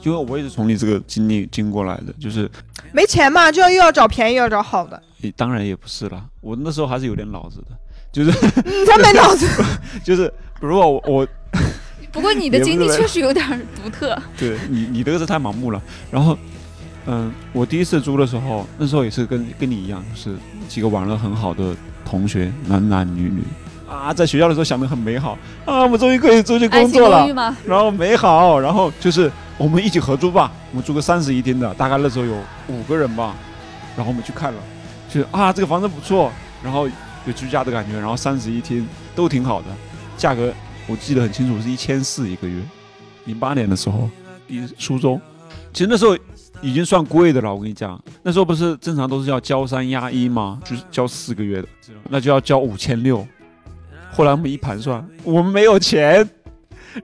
因为我也是从你这个经历经过来的，就是没钱嘛，就要又要找便宜又要找好的，诶当然也不是啦，我那时候还是有点脑子的，就是你才没脑子。就是如果我我不过你的也不经历是确实有点儿独特，对你你这个是太盲目了。然后，嗯、我第一次租的时候，那时候也是跟跟你一样，就是几个玩的很好的同学，男男女女啊，在学校的时候想的很美好啊，我终于可以出去爱工情作公寓了，吗？ 然后美好，然后就是我们一起合租吧，我们租个三室一厅的，大概那时候有五个人吧，然后我们去看了，就是啊，这个房子不错，然后有居家的感觉，然后三室一厅都挺好的，价格我记得很清楚是一千四一个月，零八年的时候，一苏州，其实那时候已经算贵的了，我跟你讲，那时候不是正常都是要交三押一吗？就是交四个月的，那就要交五千六，后来我们一盘算，我们没有钱，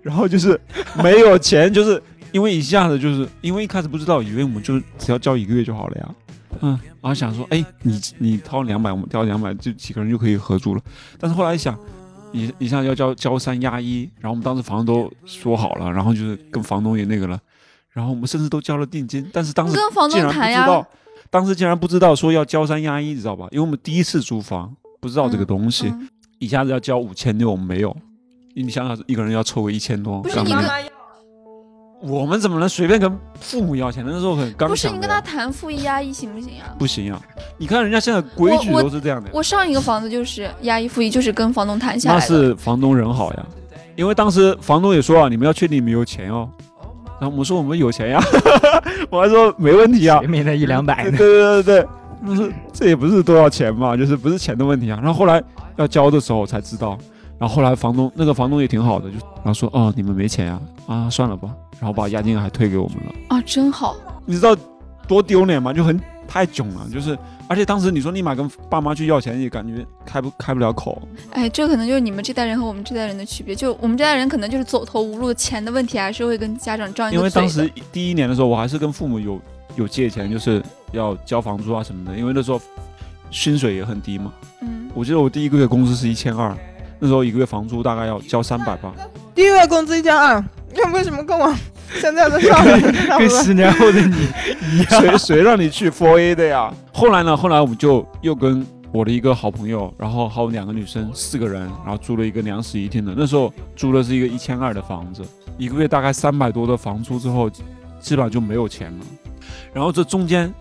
然后就是没有钱，就是因为一下子就是因为一开始不知道，以为我们就只要交一个月就好了呀。嗯，然后想说，哎，你你掏两百，我们掏两百，就几个人就可以合住了。但是后来一想，一一下要交交三押一，然后我们当时房东都说好了，然后就是跟房东也那个了，然后我们甚至都交了定金，但是当时跟房竟东然不谈知哦呀，道，当时竟然不知道说要交三押一，你知道吧？因为我们第一次租房，不知道这个嗯东西，嗯一下子要交五千六，我们没有。你想想，一个人要凑个一千多，不是干你嘛跟呢我们怎么能随便跟父母要钱？那时候很刚不是想你的跟他谈负一押一行不行啊？不行啊！你看人家现在规矩我我都是这样的，我上一个房子就是押一付一，就是跟房东谈下那来的。是房东人好呀，因为当时房东也说啊，你们要确定你们有钱哦。然后我们说我们有钱呀， 我还说没问题啊谁，没那一两 对百呢？对对对，他说这也不是多少钱嘛，就是不是钱的问题啊。然后后来要交的时候才知道，然后后来房东那个房东也挺好的，就然后说哦你们没钱啊，啊算了吧，然后把押金还退给我们了。啊，真好，你知道多丢脸吗？就很太囧了，就是而且当时你说立马跟爸妈去要钱，也感觉开不开不了口。哎，这可能就是你们这代人和我们这代人的区别。就我们这代人可能就是走投无路，钱的问题还是会跟家长仗一因个为嘴当的。时第一年的时候，我还是跟父母有有借钱，就是要交房租啊什么的，因为那时候薪水也很低嘛。嗯，我记得我第一个月工资是一千二，那时候一个月房租大概要交三百吧。第一个月工资一千二，你为什么跟我现在的上人差不 跟多？十年后的你一样。谁谁让你去 Four A 的呀？后来呢？后来我们就又跟我的一个好朋友，然后还有两个女生，四个人，然后租了一个两室一厅的。那时候租的是一个一千二的房子，一个月大概三百多的房租之后，基本上就没有钱了。然后这中间，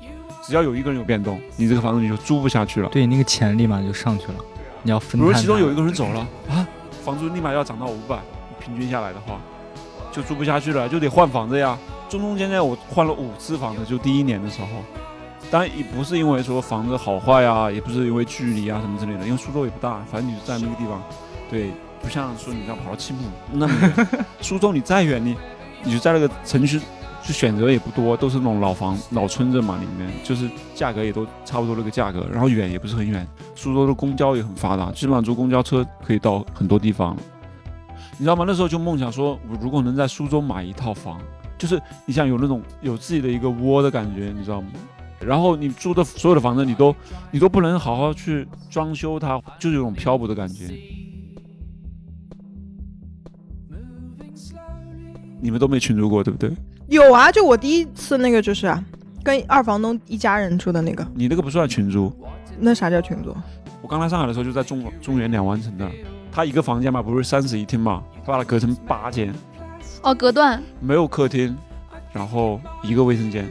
只要有一个人有变动，你这个房子你就租不下去了。 对，那个钱立马就上去了，你要比分摊如它。其中有一个人走了啊，房租立马要涨到五百，平均下来的话，就住不下去了，就得换房子呀。中中间间我换了五次房子，就第一年的时候，当然也不是因为说房子好坏啊，也不是因为距离啊什么之类的，因为苏州也不大，反正你就在那个地方，对，不像说你要跑到青浦那么远， 苏州你再远你，你就在那个城区。就选择也不多，都是那种老房、老村镇嘛，里面就是价格也都差不多那个价格，然后远也不是很远，苏州的公交也很发达，基本上坐公交车可以到很多地方。你知道吗？那时候就梦想说，我如果能在苏州买一套房，就是你想有那种有自己的一个窝的感觉，你知道吗？然后你住的所有的房子，你都你都不能好好去装修它，就是有种漂泊的感觉。你们都没群租过，对不对？有啊，就我第一次那个就是啊，跟二房东一家人住的那个，你那个不算群租，那啥叫群租？我刚来上海的时候就在中中原两湾城的，它一个房间嘛，不是三室一厅嘛，它把它隔成八间，哦，隔断，没有客厅，然后一个卫生间，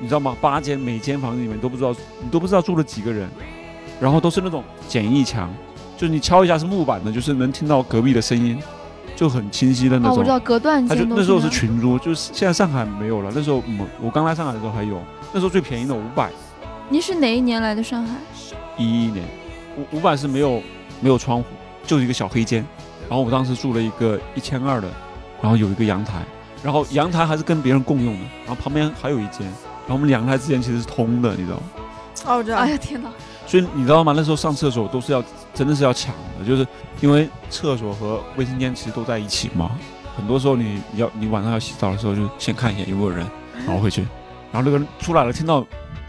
你知道吗？八间，每间房子里面都不知道你都不知道住了几个人，然后都是那种简易墙，就是你敲一下是木板的，就是能听到隔壁的声音，就很清晰的那哦，我种知。道隔断他就间都那时候是这样群租，就是现在上海没有了。那时候我们我刚来上海的时候还有，那时候最便宜的五百，您是哪一年来的上海？一一年，五五百是没有没有窗户，就是一个小黑间。然后我当时住了一个一千二的，然后有一个阳台，然后阳台还是跟别人共用的，然后旁边还有一间，然后我们两台之间其实是通的，你知道吗？哦，我知道。哎呀天哪！所以你知道吗？那时候上厕所都是要真的是要抢的，就是因为厕所和卫生间其实都在一起嘛。很多时候你你要你晚上要洗澡的时候，就先看一眼有没有人，然后回去，然后那个人出来了，听到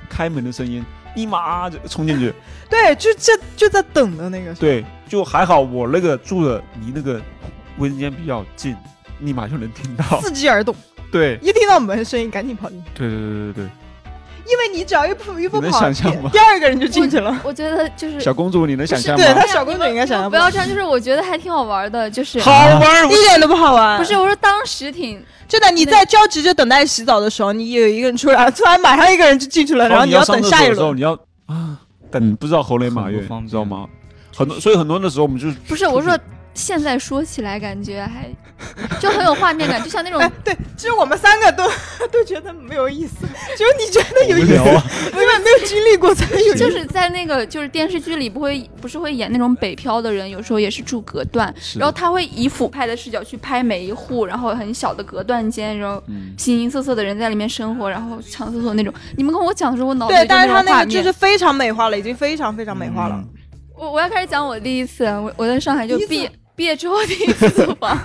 开门的声音，立马就冲进去，对，就这就在等的那个。，对，就还好我那个住的离那个卫生间比较近，立马就能听到。刺激耳朵。对一听到门声音赶紧跑进去，对对对对对因为你只要一不一不你能跑，想象吗第二个人就进去了。我觉得就是对，小公主你能想象吗对？他这样小公主应该想象不不到要这样，就是我觉得还挺好玩的，就是好玩 儿，我一点都不好玩不是我说当时挺真的，你在焦急着等待洗澡的时候，你有一个人出来，突然马上一个人就进去了，然后哦你要上等厕下所一的时候轮。你要啊等，不知道猴年马月很不方，便知道吗？很多，所以很多的时候我们就是不是我说，现在说起来感觉还就很有画面感，就像那种哎，对，其实我们三个都 都觉得没有意思，只有你觉得有意无思，聊啊，因为没有经历过才有意思。就是在那个就是电视剧里不会不是会演那种北漂的人，有时候也是住隔断，是然后他会以俯拍的视角去拍每一户，然后很小的隔断间，然后嗯，形形色色的人在里面生活，然后抢厕所那种。你们跟我讲的时候，我脑子 对，里就但那是他种那画个就面。是非常美化了，已经非常非常美嗯化了。嗯我我要开始讲我第一次，我我在上海就第一次毕业毕业之后第一次租房。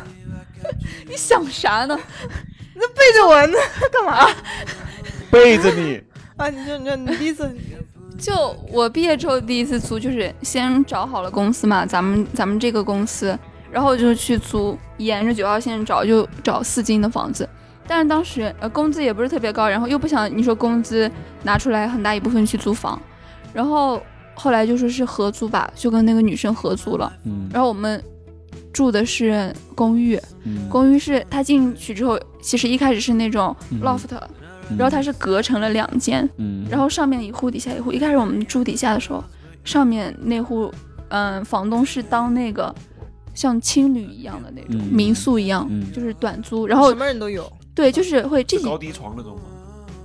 你想啥呢？背着我呢，干嘛背着你，啊？你说你说你第一次，就我毕业之后第一次租，就是先找好了公司嘛，咱们咱们这个公司，然后就去租，沿着九号线找，就找四金的房子。但是当时呃工资也不是特别高，然后又不想你说工资拿出来很大一部分去租房，然后后来就说是合租吧，就跟那个女生合租了。嗯然后我们住的是公寓，嗯，公寓是它进去之后，其实一开始是那种嗯 loft，、然后它是，是隔成了两间，嗯，然后上面一户，底下一户。一开始我们住底下的时候，上面那户，嗯，房东是当那个像青旅一样的那种、嗯民宿一样，嗯就是短租。然后什么人都有，对，就是会这是几高，低床那种吗？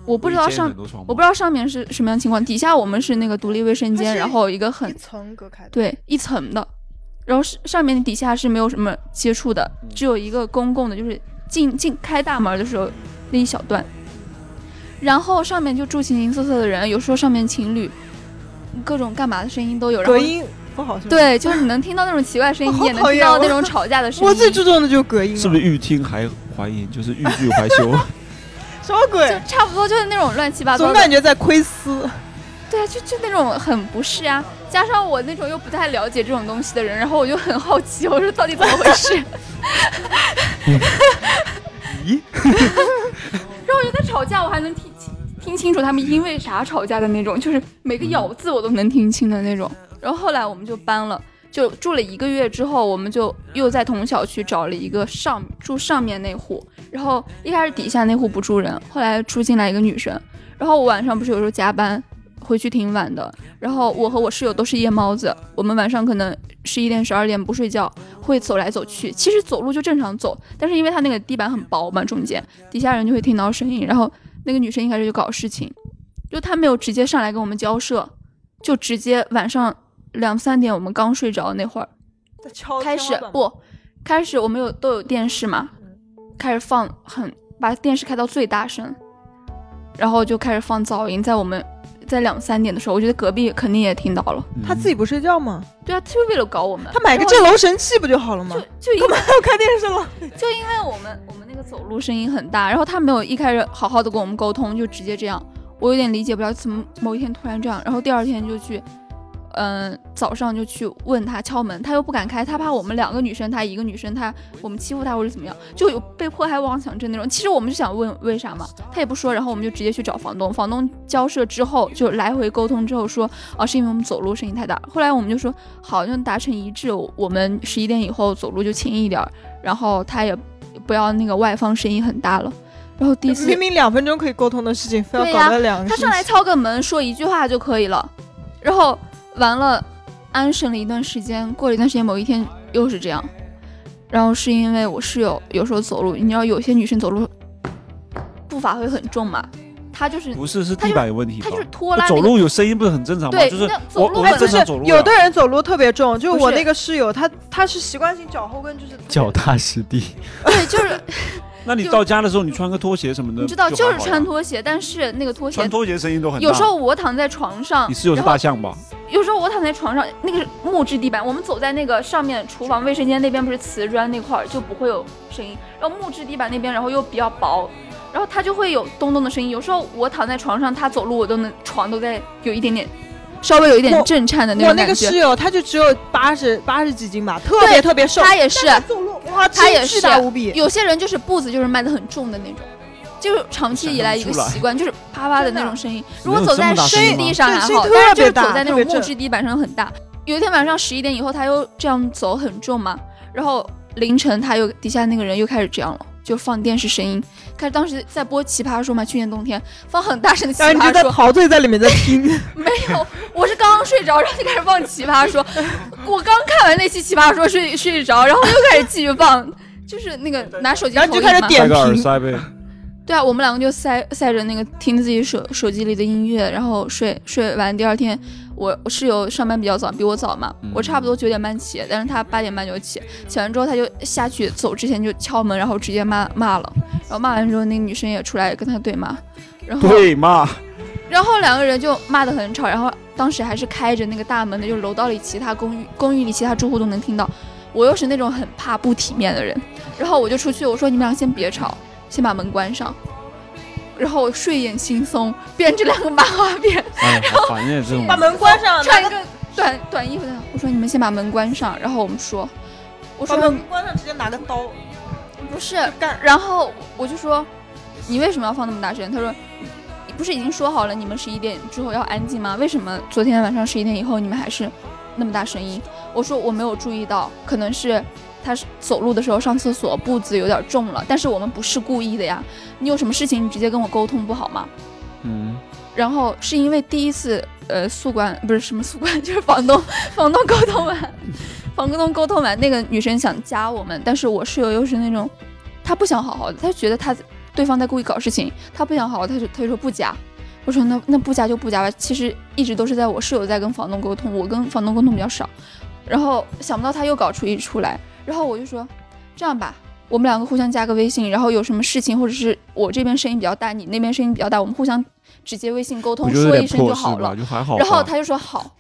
我不知道一间上很，多床吗我不知道上面是什么样情况。底下我们是那个独立卫生它间，是然后一个很层隔开的。对一层的，然后是上面底下是没有什么接触的，嗯只有一个公共的，就是进进开大门的时候那一小段。然后上面就住形形色色的人，有时候上面情侣，各种干嘛的声音都有。然隔后音不好是吧？，对，就是你能听到那种奇怪的声音，我你 好也能听到讨厌我那种吵 架的声音。我最注重的就是隔音了，是不是欲听还怀疑，就是欲拒还休？什么就鬼？差不多就是那种乱七八糟总的感觉在窥私。对啊，就就那种很不适啊，加上我那种又不太了解这种东西的人，然后我就很好奇，我说到底怎么回事？咦，然后我觉得吵架我还能听清听清楚他们因为啥吵架的那种，就是每个咬字我都能听清的那种。然后后来我们就搬了，就住了一个月之后，我们就又在同小区找了一个上住上面那户，然后一开始底下那户不住人，后来住进来一个女生，然后我晚上不是有时候加班。回去挺晚的，然后我和我室友都是夜猫子，我们晚上可能十一点、十二点不睡觉，会走来走去。其实走路就正常走，但是因为它那个地板很薄嘛，中间底下人就会听到声音，然后那个女生一开始就搞事情，就她没有直接上来跟我们交涉，就直接晚上两三点我们刚睡着那会儿开始不，开始我们有都有电视嘛，嗯开始放很把电视开到最大声，然后就开始放噪音，在我们在两三点的时候，我觉得隔壁肯定也听到了，他自己不睡觉吗？对啊，他就为了搞我们，他买个然后震楼神器不就好了吗？就因干为嘛要开电视了？因为我们我们那个走路声音很大，然后他没有一开始好好的跟我们沟通，就直接这样，我有点理解不了怎么某一天突然这样，然后第二天就去，嗯、早上就去问他敲门，他又不敢开，他怕我们两个女生，他一个女生，他我们欺负他或者怎么样，就有被迫害妄想症那种。其实我们就想问为啥嘛，他也不说，然后我们就直接去找房东，房东交涉之后就来回沟通之后说，哦、是因为我们走路声音太大，后来我们就说好，就达成一致，我们十一点以后走路就轻一点儿，然后他也不要那个外放声音很大了。然后第一次 明明两分钟可以沟通的事情，非要对搞呀到两个他星期。上来敲个门，说一句话就可以了。然后完了，安生了一段时间，过了一段时间，某一天又是这样。然后是因为我室友有时候走路，你知道有些女生走路步伐会很重嘛，她就是不是是地板有问题吧她就是？拖拉、那走个，路有声音不是很正常吗？对，就是那我走路我们哎很不正是常走路啊，有的人走路特别重，就不是我那个室友，他他是习惯性脚后跟就是脚踏实地，对，就是 那你到家的时候你穿个拖鞋什么的，你知道，就是还好呀穿拖鞋，但是那个拖鞋穿拖鞋声音都很大。有时候我躺在床上，你室友是然后大象吧？有时候我躺在床上，那个木质地板，我们走在那个上面，厨房、卫生间那边不是瓷砖那块儿就不会有声音，然后木质地板那边，然后又比较薄，然后它就会有咚咚的声音。有时候我躺在床上，他走路我都能床都在有一点点，稍微有一点我震颤的那我种那感个觉。室友，他就只有八十八十几斤吧，特别特别瘦。他也是，但走路哇，他也巨是大无比。有些人就是步子就是迈得很重的那种，就是长期以来一个习惯，就是啪啪的那种声音。如果走在湿地上还没有这好但是就是么大声音吗，对声音特别大走在那特别种震木质地板上很大。有一天晚上十一点以后，他又这样走很重嘛，然后凌晨他又底下那个人又开始这样了。就放电视声音，开始当时在播《奇葩说》嘛，去年冬天放很大声的《奇然哎后葩你就在说》，陶醉在里面在听， 没有，我是刚刚睡着，然后就开始放《奇葩说》，我刚看完那期《奇葩说》睡睡着，然后又开始继续放，就是那个拿手机然后你投就影开始戴嘛点个耳评。塞呗。对啊，我们两个就塞塞着那个听自己手手机里的音乐，然后睡睡完。第二天，我我室友上班比较早，比我早嘛，我差不多九点半起，但是他八点半就起，起完之后他就下去走之前就敲门，然后直接骂骂了，然后骂完之后那个女生也出来跟他对骂，然后对 嘛，然后两个人就骂得很吵，然后当时还是开着那个大门的，就楼道里其他公寓公寓里其他住户都能听到。我又是那种很怕不体面的人，然后我就出去，我说你们俩先别吵，先把门关上。然后我睡眼惺忪，编着两个漫画片，哎呀，好烦呀这种把。门关上，穿一个短短衣服的。我说你们先把门关上，然后我们说，我把说门关上，直接拿个刀不是，干。然后我就说，你为什么要放那么大声？他说，你不是已经说好了你们十一点之后要安静吗？为什么昨天晚上十一点以后你们还是那么大声音？我说我没有注意到，可能是他是走路的时候上厕所步子有点重了，但是我们不是故意的呀。你有什么事情你直接跟我沟通不好吗？嗯，然后是因为第一次，呃，宿管不是什么宿管， 就是房东，房东沟通完，房东沟通完，那个女生想加我们，但是我室友又是那种，她不想好好的，她觉得她对方在故意搞事情，她不想好好的，她就她就说不加。我说那那不加就不加吧，其实一直都是在我室友在跟房东沟通，我跟房东沟通比较少，然后想不到他又搞出一出来，然后我就说这样吧，我们两个互相加个微信，然后有什么事情或者是我这边声音比较大，你那边声音比较大，我们互相直接微信沟我通觉得有说点一声就破事好了吧，。就还好吧。然后他就说好，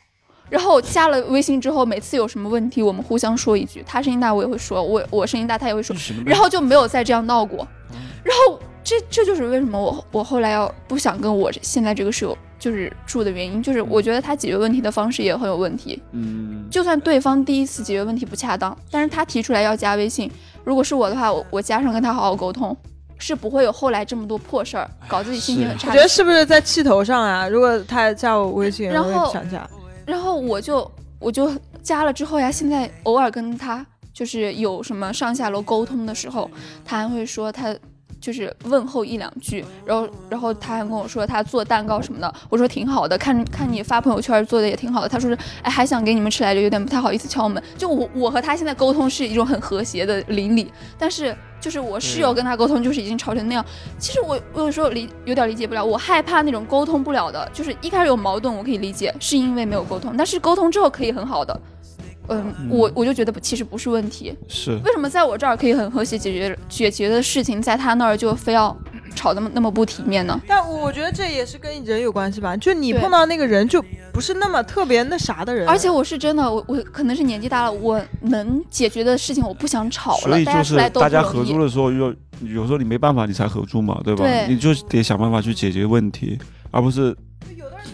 然后加了微信之后，每次有什么问题我们互相说一句，他声音大我也会说，我我声音大他也会说，什么 然后就没有再这样闹过嗯。然后这这就是为什么我我后来要不想跟我现在这个室友就是住的原因，就是我觉得他解决问题的方式也很有问题。嗯，就算对方第一次解决问题不恰当，但是他提出来要加微信，如果是我的话，我我加上跟他好好沟通，是不会有后来这么多破事儿，搞自己心情很是差我的觉得是不是在气头上啊？如果他加我微信，然我后也想加。然后我就我就加了之后呀，现在偶尔跟他就是有什么上下楼沟通的时候，他还会说他就是问候一两句，然后然后他还跟我说他做蛋糕什么的，我说挺好的，看看你发朋友圈做的也挺好的，他说是哎还想给你们吃来着，有点不太好意思敲门。就我我和他现在沟通是一种很和谐的邻里，但是。就是我室友跟他沟通，就是已经吵成那样。其实我我有时候理有点理解不了，我害怕那种沟通不了的，就是一开始有矛盾，我可以理解，是因为没有沟通，但是沟通之后可以很好的。嗯，我我就觉得不其实不是问题，是为什么在我这儿可以很和谐解决解决的事情，在他那儿就非要 吵那么那么不体面呢？但我我觉得这也是跟人有关系吧，就你对碰到那个人就不是那么特别那啥的人，啊而且我是真的，我我可能是年纪大了，我能解决的事情我不想吵所了，以大就家出是来都不大家合容易租。的时候，有有时候你没办法，你才合租嘛，对吧？对你就得想办法去解决问题，而不是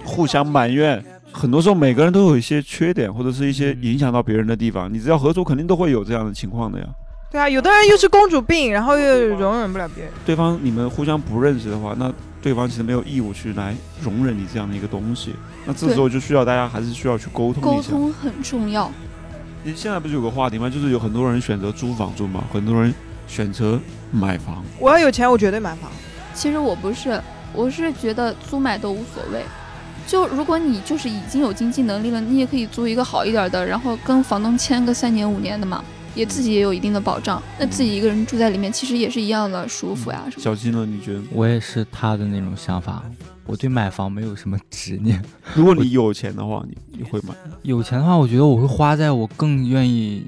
互相埋怨。很多时候每个人都有一些缺点，或者是一些嗯影响到别人的地方。你只要合租，肯定都会有这样的情况的呀。对啊，有的人又是公主病，然后又容忍不了别人。对方你们互相不认识的话，那对方其实没有义务去来容忍你这样的一个东西。那这时候就需要大家还是需要去沟通沟一下。通很重要，你现在不是有个话题吗？就是有很多人选择租房住嘛，很多人选择买房。我要有钱，我绝对买房。其实我不是，我是觉得租买都无所谓。就如果你就是已经有经济能力了，你也可以租一个好一点的，然后跟房东签个三年五年的嘛，也自己也有一定的保障。那自己一个人住在里面，其实也是一样的舒服呀、什么的。小金呢？你觉得？我也是他的那种想法，我对买房没有什么执念。如果你有钱的话，你你会买？有钱的话，我觉得我会花在我更愿意、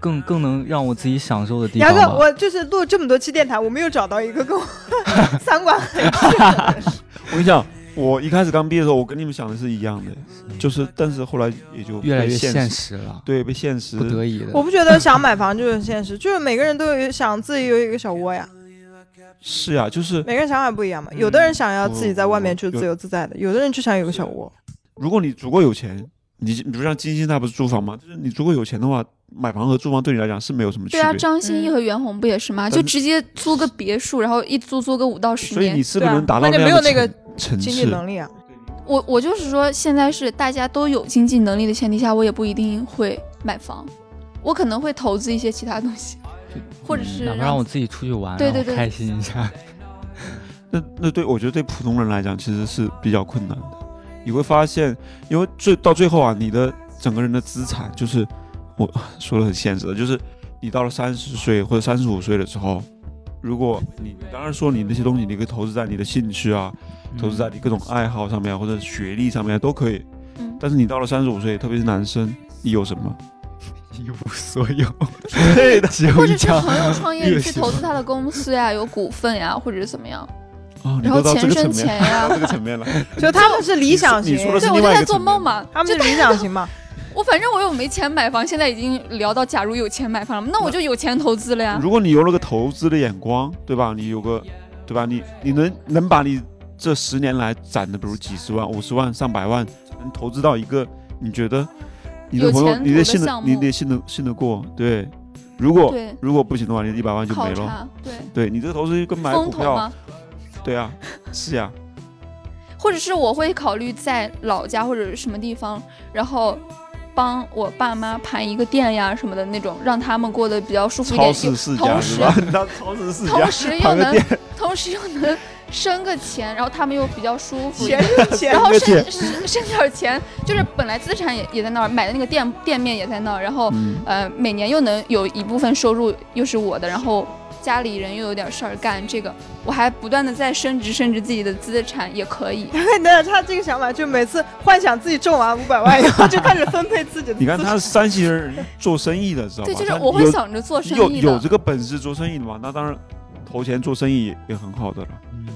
更更能让我自己享受的地牙方哥，吧。我就是录这么多期电台，我没有找到一个跟我 三观很适合的人。我跟你讲，我一开始刚毕业的时候，我跟你们想的是一样的，就是，但是后来也就越来越被现现，实了，对，被现实不得已的。我不觉得想买房就是很现实，就是每个人都有想自己有一个小窝呀，是呀、啊就是 每个人想法不一样嘛。嗯有的人想要自己在外面就不不不自由自在的，有的人就想有个小窝。如果你足够有钱，你你不是像金星他不是租房吗？就是你如果有钱的话，买房和租房对你来讲是没有什么区对啊，别。张歆艺和袁弘不也是吗？就嗯直接租个别墅，然后一租租个五到十所以年你。是不是对啊能达到关键样没的有层、那个层经济次？能力啊，我我就是说，现在是大家都有经济能力的前提下，我也不一定会买房，我可能会投资一些其他东 西，或者是哪怕让让我自己出去玩，对让对我对开心一下。那那对我觉得对普通人来讲其实是比较困难的。你会发现，因为最到最后啊，你的整个人的资产就是我说的很现实的，就是你到了三十岁或者三十五岁的时候，如果你你当然说你那些东西，你可以投资在你的兴趣啊，投资在你各种爱好上面啊，或者学历上面啊都可以。嗯，但是你到了三十五岁，特别是男生，你有什么？一无所 有，对 的只或有者一是张。朋友 创业越去喜投欢资他的公司呀，有股份呀，或者是怎么样，哦，你都然后到这钱个生层面钱，呀到，这个层 面了。就他们是理想型你，说你说的是对我另就外一在个做层面梦嘛，他就们是理想型 嘛，我反正我有没钱买房，现在已经聊到假如有钱买房了，那我就有钱投资了呀。如果你有了个投资的眼光，对吧？你有个，对吧？你你能能把你这十年来攒的，比如几十万、五十万、上百万，能投资到一个你觉得你的有朋友前途你得的信得项目你得信得信得过，对。如果对，如果不行的话，你一百万就考没了。察对对你这个投资就跟买股风投票，吗？对啊，是呀、或者是我会考虑在老家或者是什么地方，然后帮我爸妈盘一个店呀什么的那种，让他们过得比较舒服一超点。市世家同是时吧？你 当超市世家同，时又盘个能店，同时又能生个钱，然后他们又比较舒服一点钱。是钱然，后个剩店剩剩点儿钱，就是本来资产也也在那儿，买的那个店店面也在那儿，然后嗯，呃，每年又能有一部分收入又是我的，然后家里人又有点事儿干，这个我还不断的在升值升值自己的资产也可以。对 对，他这个想法就每次幻想自己挣完五百万以后，就 开始分配自己的资产。你看他是山西人，做生意的知道吧？对，就是他我会有想着做生有意有的这。个本事做生意的嘛，那当然投钱做生意也很好的了。嗯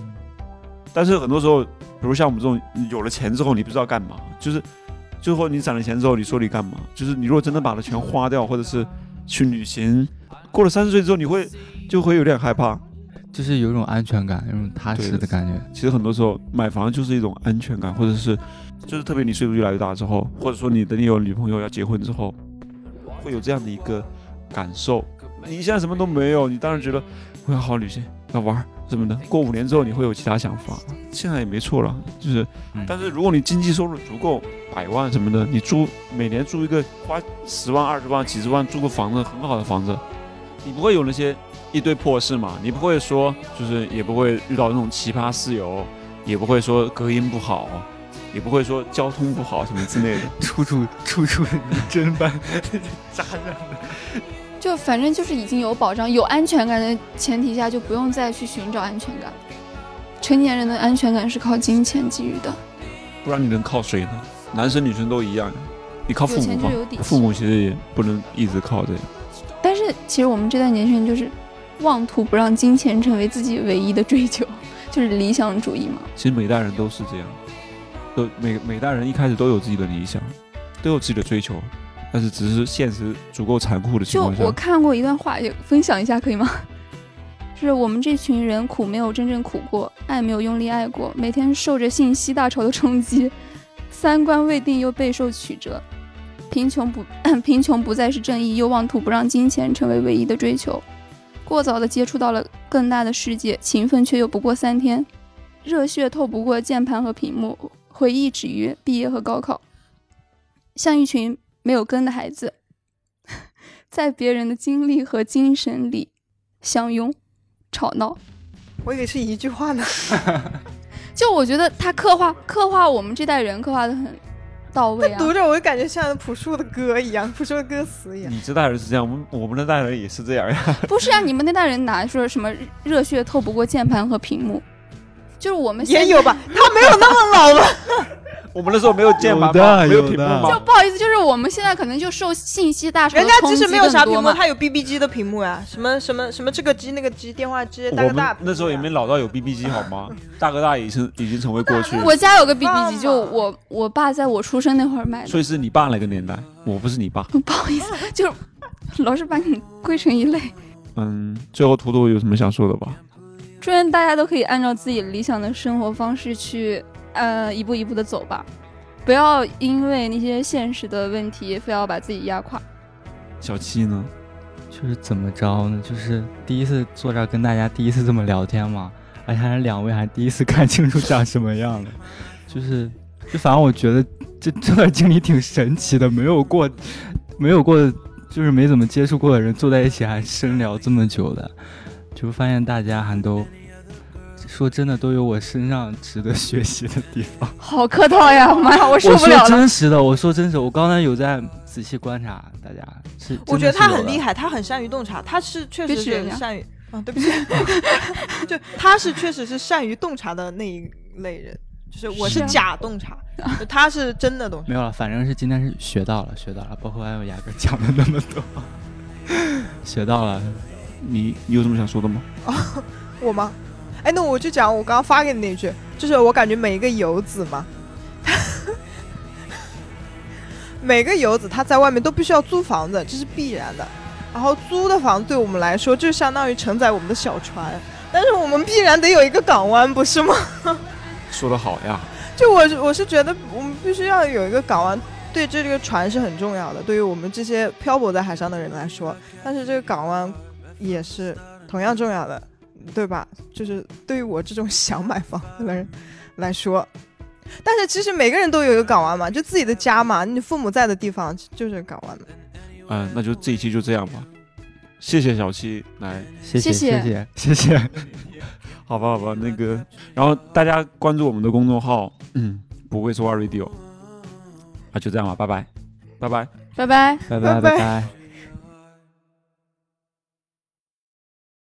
但是很多时候，比如像我们这种有了钱之后，你不知道干嘛，就是最后你攒了钱之后，你说你干嘛？就是你如果真的把它全花掉，或者是去旅行，过了三十岁之后，你会就会有点害怕。就是有一种安全感，有一种踏实的感觉。其实很多时候买房就是一种安全感，或者是就是特别你岁数越来越大之后，或者说你等你有女朋友要结婚之后，会有这样的一个感受。你现在什么都没有，你当然觉得我要好好旅行，要玩儿什么的。过五年之后你会有其他想法，现在也没错了。就是，嗯但是如果你经济收入足够百万什么的，你租每年租一个花十万、二十万、几十万租个房子，很好的房子，你不会有那些一堆破事嘛，你不会说就是也不会遇到那种奇葩室友，也不会说隔音不好，也不会说交通不好什么之类的。处处处处如针般， 扎人。就反正就是已经有保障、有安全感的前提下，就不用再去寻找安全感。成年人的安全感是靠金钱给予的，不然你能靠谁呢？男生女生都一样，你靠父有母钱就嘛，有底气。父母其实也不能一直靠这个。但是其实我们这代年轻人就是妄图不让金钱成为自己唯一的追求， 就是理想主义嘛。其实每代人都是这样，都每每代人一开始都有自己的理想，都有自己的追求，但是只是现实足够残酷的情就况下我，看过一段话，也分享一下可以吗？ 就是我们这群人苦没有真正苦过，爱没有用力爱过，每天受着信息大潮的冲击， 三观未定又备受曲折，贫穷不 贫穷不再是正义，又妄图不让金钱成为唯一的追求，过早的接触到了更大的世界，勤奋却又不过三天，热血透不过键盘和屏幕，回忆止于毕业和高考，像一群没有根的孩子，在别人的精力和精神里相拥、吵闹。我以为是一句话呢，就我觉得他刻画刻画我们这代人刻画的很到位啊 读。着我就感觉像朴树的歌一样，朴树的歌词一样。你这代人是这样，我们我们那代人也是这样呀。不是啊，你们那代人哪说什么热热血透不过键盘和屏幕？就是我们也现有吧，他没有那么 老吧？我们那时候没有键盘有吗？的没有有屏幕的吗？不好意思，就是我们现在可能就受信息大潮的人家冲即使击没有啥更多屏幕，嘛。他有 BB 机的屏幕呀，什么什么什么这个机那个机，电话机，大我哥们大。啊那时候也没老到有 BB 机好 吗？大哥大已经已经成为过去，我家有个 BB 放机，嘛就我我爸在我出生那会儿买的。所以是你爸那个年代，我不是你爸。不好意思，就是老是把你 归成一类。嗯，最后图图有什么想说的吧？祝愿大家都可以按照自己理想的生活方式去，呃，一步一步的走吧。不要因为那些现实的问题，非要把自己压垮。小七呢？就是怎么着呢？就是第一次坐这儿跟大家第一次这么聊天嘛，而且还是两位还第一次看清楚长什么样的， 就是就反正我觉得这这段经历挺神奇的，没有过没有过就是没怎么接触过的人坐在一起还深聊这么久的，就发现大家还都说真的都有我身上值得学习的地方。好客套呀，妈呀，我 受我不说了了。真实的，我说真实，我刚才有在仔细观察大家，是我觉得他很厉害。害，他很善于洞察，他是确别实指人是家善于啊，对不起， 就他是确实是善于洞察的那一类人，就是我是是啊假洞察，就他是真的洞察。没有了，反正是今天是学到了，学到了，包括还有雅哥讲了那么多，学到了。你你有什么想说的吗？我吗？哎，那我就讲我刚刚发给你那句，就是我感觉每一个游子嘛， 每个游子他在外面都必须要租房子，这是必然的。然后租的房子对我们来说，就相当于承载我们的小船，但是我们必然得有一个港湾，不是吗？说的好呀，就我是我是觉得我们必须要有一个港湾，对这个船是很重要的，对于我们这些漂泊在海上的人来说，但是这个港湾也是同样重要的，对吧？就是对于我这种 想买房子的人来说。但是其实每个人都有一个港湾嘛，就自己的家嘛，你父母在的地方就是港湾嘛。嗯、那就这一期就这样吧。谢谢小七来，谢谢谢谢谢谢，好吧好吧，那个，然后大家关注我们的公众号，嗯，不会说话 radio，啊，就这样吧，拜拜，拜拜。拜拜。拜拜拜拜拜。